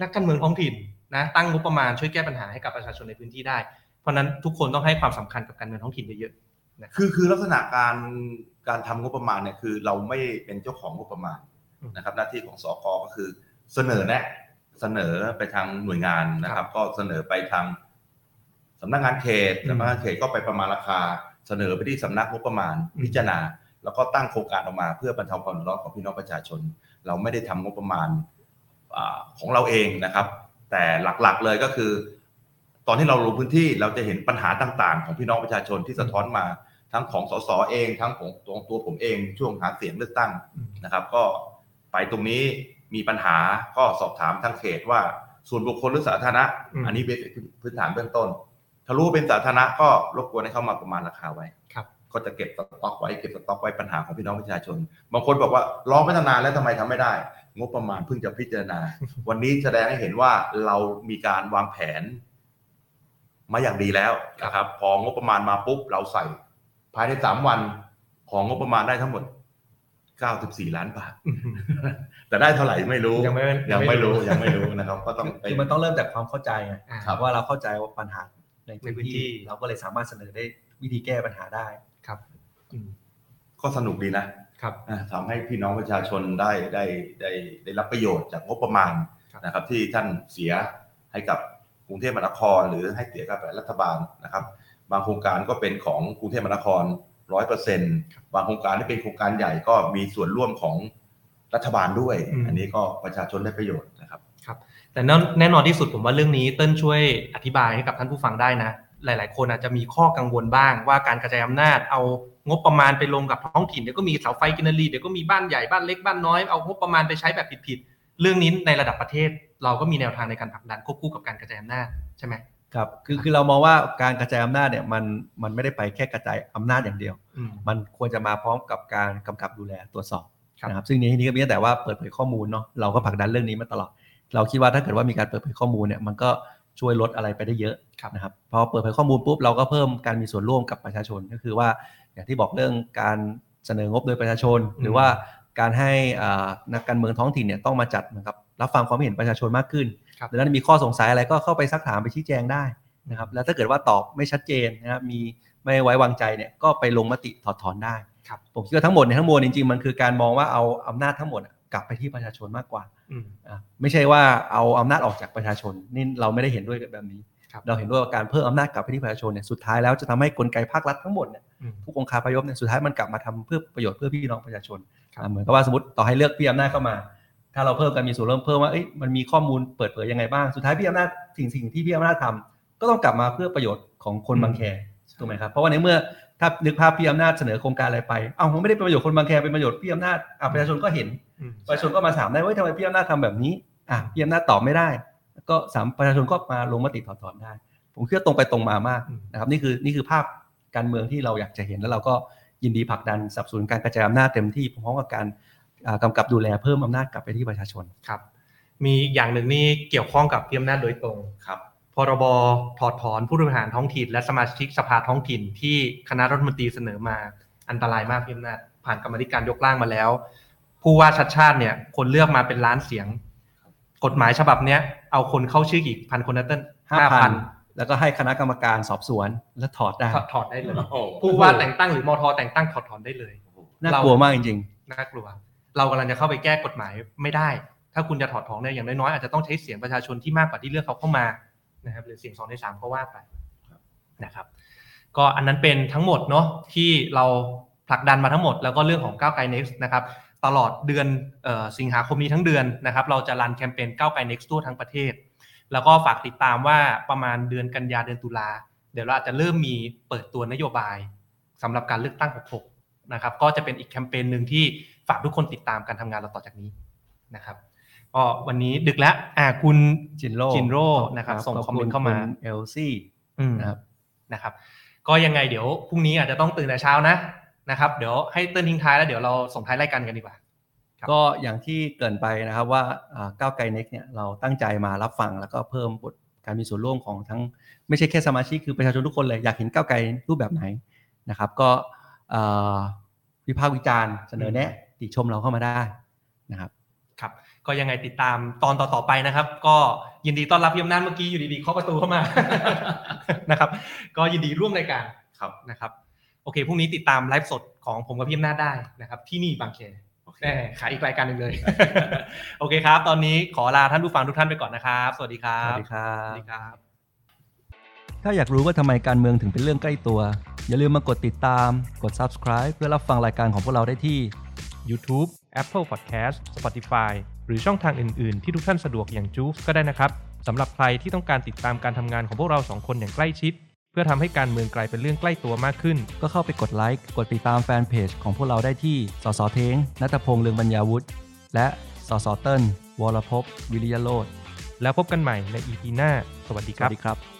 นักการเมืองท้องถิ่นนะตั้งงบประมาณช่วยแก้ปัญหาให้กับประชาชนในพื้นที่ได้ เพราะฉะนั้นทุกคนต้องให้ความสำคัญกับการเมืองท้องถิ่นเยอะๆนะครับ
คือคือลักษณะการการทำงบประมาณเนี่ยคือเราไม่เป็นเจ้าของงบประมาณ
อืม
นะครับ หน้าที่ของสกก็คือเสนอแนะเสนอไปทางหน่วยงานนะครับ ก็เสนอไปทางสำนักงานเขต
อืม
สำนักงานเขตก็ไปประมาณราคา เสนอไปที่สำนักงบประมาณ
อืม
พิจารณา แล้วก็ตั้งโครงการออกมาเพื่อบรรเทาความเดือดร้อนของพี่น้องประชาชน เราไม่ได้ทำงบประมาณอาของเราเองนะครับ แต่หลักๆเลยก็คือ ตอนที่เราลงพื้นที่เราจะเห็นปัญหาต่างๆ ของพี่น้องประชาชนที่สะท้อนมา ทั้งของสสเอง ทั้งของตัวตัวผมเองช่วงหาเสียงเลือกตั้ง
อืม
นะครับ ก็ไปตรงนี้มีปัญหาก็สอบถามทางเขตว่าส่วนบุคคลหรือสาธารณะ
อืม
อันนี้เป็นพื้นฐานเบื้องต้น ถ้ารู้ว่าเป็นสาธารณะก็รบกวนให้เข้ามาประมาณราคาไว้
ครับ
ก็จะเก็บสต็อกไว้เก็บสต็อกไว้ปัญหาของพี่น้องประชาชน บางคนบอกว่าร้องไม่ตั้งนานแล้วทำไมทำไม่ได้ งบประมาณเพิ่งจะพิจารณา วันนี้แสดงให้เห็นว่าเรามีการวางแผน มาอย่างดีแล้วนะครับ พองบประมาณมาปุ๊บเราใส่ ภายในสามวันของงบประมาณได้ทั้งหมด 94 ล้านบาท แต่ได้เท่าไหร่ไม่รู้
ยังไม่
ยังไม่รู้ยังไม่รู้นะครับ ก็ต้องไป
คือมันต้องเริ่มจากความเข้าใจไง
อ่า
ครับ
ว่าเราเข้าใจว่าปัญหาใน
ในพื้
พื้
น
น
ที่
ที่ เราก็เลยสามารถเสนอได้วิธีแก้ปัญหาได้
ครับอืม
ก็สนุกดีนะครับ อ่ะทำให้พี่น้องประชาชนได้ได้ได้ได้รับประโยชน์จากงบประมาณ
ครับ
นะครับ ที่ท่านเสียให้กับกรุงเทพมหานคร หรือให้เสียกับรัฐบาลนะครับ บางโครงการก็เป็นของกรุงเทพมหานครร้อยเปอร์เซ็นต์บางโครงการที่เป็นโครงการใหญ่ก็มีส่วนร่วมของรัฐบาลด้วย
อืม
อันนี้ก็ประชาชนได้ประโยชน์นะครับ
แต่แน่แน่นอนที่สุดผมว่าเรื่องนี้เติ้ลช่วยอธิบายให้กับท่านผู้ฟังได้นะ หลาย ๆ คนอาจจะมีข้อกังวลบ้าง ว่าการกระจายอำนาจเอางบประมาณไปลงกับท้องถิ่นเดี๋ยวก็มีเสาไฟกินรีเดี๋ยวก็มีบ้านใหญ่บ้านเล็กบ้านน้อยเอางบประมาณไปใช้แบบผิด ๆ เรื่องนี้ในระดับประเทศ เราก็มีแนวทางในการผลักดันควบคู่กับการกระจายอำนาจใช่ไหม
ครับ คือคือเรามองว่าการกระจายอำนาจเนี่ยมันมันไม่ได้ไปแค่กระจายอำนาจอย่างเดียว
อืม
มันควรจะมาพร้อมกับการกำกับดูแลตรวจสอบ
ครับ
นะครับ ซึ่งในที่นี้ก็มีตั้งแต่ว่าเปิดเผยข้อมูลเนาะ เราก็ผลักดันเรื่องนี้มาตลอด เราคิดว่าถ้าเกิดว่ามีการเปิดเผยข้อมูลเนี่ยมันก็ช่วยลดอะไรไปได้เยอะนะครับ พอเปิดเผยข้อมูลปุ๊บเราก็เพิ่มการมีส่วนร่วมกับประชาชนก็คือว่าอย่างที่บอกเรื่องการเสนองบโดยประชาชน หรือว่าการให้อ่านักการเมืองท้องถิ่นเนี่ยต้องมาจัดนะครับรับฟังความเห็นประชาชนมากขึ้น
ครับ
ดังนั้นมีข้อสงสัยอะไรก็เข้าไปซักถามไปชี้แจงได้นะครับแล้วถ้าเกิดว่าตอบไม่ชัดเจนนะครับมีไม่ไว้วางใจเนี่ยก็ไปลงมติถอดถอนได้
ครับ
ผมคิดว่าทั้งหมดในยทั้งมวลจริงๆ มันคือการมองว่าเอาอำนาจทั้งหมดอะกลับไปที่ประชาชนมากกว่า
อืม
อ่ะไม่ใช่ว่าเอาอำนาจออกจากประชาชนนี่เราไม่ได้เห็นด้วยกับแบบนี้
ครับ
เราเห็นด้วยกับการเพิ่มอำนาจกลับไปที่ประชาชนเนี่ยสุดท้ายแล้วจะทำให้กลไกภาครัฐทั้งหมดเนี่ย
อืม
ทุกองค์คาพยพเนี่ยสุดท้ายมันกลับมาทำเพื่อประโยชน์เพื่อพี่น้องประชาชน
ครับ
อ่ะเหมือนกับว่าสมมติต่อให้เลือกพี่อำนาจเข้ามา ถ้าเราเพิ่มการมีส่วนร่วมเพิ่มว่าเอ้ยมันมีข้อมูลเปิดเผยยังไงบ้าง สุดท้ายพี่อำนาจสิ่งสิ่งที่พี่อำนาจทำก็ต้องกลับมาเพื่อประโยชน์ของคนบางแค ถูกไหมครับเพราะว่าในเมื่อถ้านึกภาพพี่อำนาจเสนอโครงการอะไรไปเอ้ามันไม่ได้เป็นประโยชน์คนบางแคเป็นประโยชน์พี่อำนาจอ่ะประชาชนก็เห็น
อืม
ประชาชนก็มาถามได้ว่าทำไมพี่อำนาจทำแบบนี้อ่ะพี่อำนาจตอบไม่ได้ ก็สามประชาชนก็มาลงมติถอดถอนได้ ผมเชื่อตรงไปตรงมามาก
อืม
นะครับนี่คือนี่คือภาพการเมืองที่เราอยากจะเห็นแล้วเราก็ยินดีผลักดันสนับสนุนการกระจายอำนาจเต็มที่พร้อมกับการอ่ากำกับดูแลเพิ่มอำนาจกลับไปที่ประชาชน
ครับมีอีกอย่างหนึ่งนี่เกี่ยวข้องกับพี่อำนาจโดยตรง
ครับ
พรบถอดถอนผู้บริหารท้องถิ่น และสมาชิกสภาท้องถิ่นที่คณะรัฐมนตรีเสนอมาอันตรายมากพี่อำนาจผ่านกรรมาธิการยกร่างมาแล้ว ผู้ว่าชัดชาติเนี่ยคนเลือกมาเป็นล้านเสียง กฎหมายฉบับเนี้ยเอาคนเข้าชื่อกี่พันคนนะเต้น
5,000 แล้วก็ให้คณะกรรมการสอบสวนและถอดได้
5,000ถอดถอนได้เลย ผู้ว่าแต่งตั้งหรือมทแต่งตั้งถอดถอนได้เลย
น่ากลัวมากจริง
น่ากลัว เรากำลังจะเข้าไปแก้กฎหมายไม่ได้ ถ้าคุณจะถอดถอนเนี่ยอย่างน้อยๆอาจจะต้องใช้เสียงประชาชนที่มากกว่าที่เลือกเขาเข้ามานะครับหรือเสียงสองในสามก็ว่าไปนะครับ ก็อันนั้นเป็นทั้งหมดเนาะที่เราผลักดันมาทั้งหมด แล้วก็เรื่องของก้าวไกล next นะครับ ตลอดเดือนเอ่อสิงหาคมนี้ทั้งเดือนนะครับ เราจะรันแคมเปญก้าวไกล next ทั่วทั้งประเทศ แล้วก็ฝากติดตามว่าประมาณเดือนกันยาเดือนตุลาเดี๋ยวเราอาจจะเริ่มมีเปิดตัวนโยบายสำหรับการเลือกตั้ง 66 นะครับ ก็จะเป็นอีกแคมเปญหนึ่งที่ฝากทุกคนติดตามการทำงานเราต่อจากนี้นะครับก็วันนี้ดึกแล้วอ่าคุณ
ๆ จินโร่
จินโร่นะครับส่งคอมเมนต์เข้ามา
เอลซี่
อืม
นะครับ
นะครับ ก็ยังไงเดี๋ยวพรุ่งนี้อาจจะต้องตื่นแต่เช้านะนะครับ เดี๋ยวให้เติ้ลทิ้งท้ายแล้วเดี๋ยวเราส่งท้ายรายการกันดีกว่า ครับ
ก็อย่างที่เกรินไปนะครับว่าอ่าก้าวไกลเน็กเนี่ยเราตั้งใจมารับฟังแล้วก็เพิ่มบทการมีส่วนร่วมของทั้งไม่ใช่แค่สมาชิกคือประชาชนทุกคนเลยอยากเห็นก้าวไกลรูปแบบไหนนะครับก็อ่าวิพากษ์วิจารณ์เสนอแนะติชมเราเข้ามาได้นะครับ
ก็ยังไงติดตามตอนต่อๆไปนะครับ ก็ยินดีต้อนรับพี่อำนาจเมื่อกี้อยู่ดีๆเคาะประตูเข้ามา *laughs* นะครับ ก็ยินดีร่วมรายการ
ครับ
นะครับ โอเคพรุ่งนี้ติดตามไลฟ์สดของผมกับพี่อำนาจได้นะครับ ที่นี่บางแคแน่ขายอีกรายการหนึ่งเลย *laughs* โอเคครับ ตอนนี้ขอลาท่านผู้ฟังทุกท่านไปก่อนนะครับ สวัสดีครับ
สวัสดีครับ
สวัสดีครับ
ถ้าอยากรู้ว่าทำไมการเมืองถึงเป็นเรื่องใกล้ตัว อย่าลืมมากดติดตาม กด subscribe เพื่อรับฟังรายการของพวกเราได้ที่
YouTube, Apple Podcast, Spotify หรือช่องทางอื่น ๆ ที่ทุกท่านสะดวกอย่างจูฟก็ได้นะครับ สำหรับใครที่ต้องการติดตามการทำงานของพวกเราสองคนอย่างใกล้ชิด เพื่อทำให้การเมืองกลายเป็นเรื่องใกล้ตัวมากขึ้น
ก็เข้าไปกดไลค์ กดติดตามแฟนเพจของพวกเราได้ที่ สสเทงนัตพงษ์เลืองบรรยาวุฒิ และ สสเติ้ล วรภพ วิริยโรธ
แล้วพบกันใหม่ใน EP หน้า สวัสดี
ส
ค
วั
รั
ส
บ
ดีครับ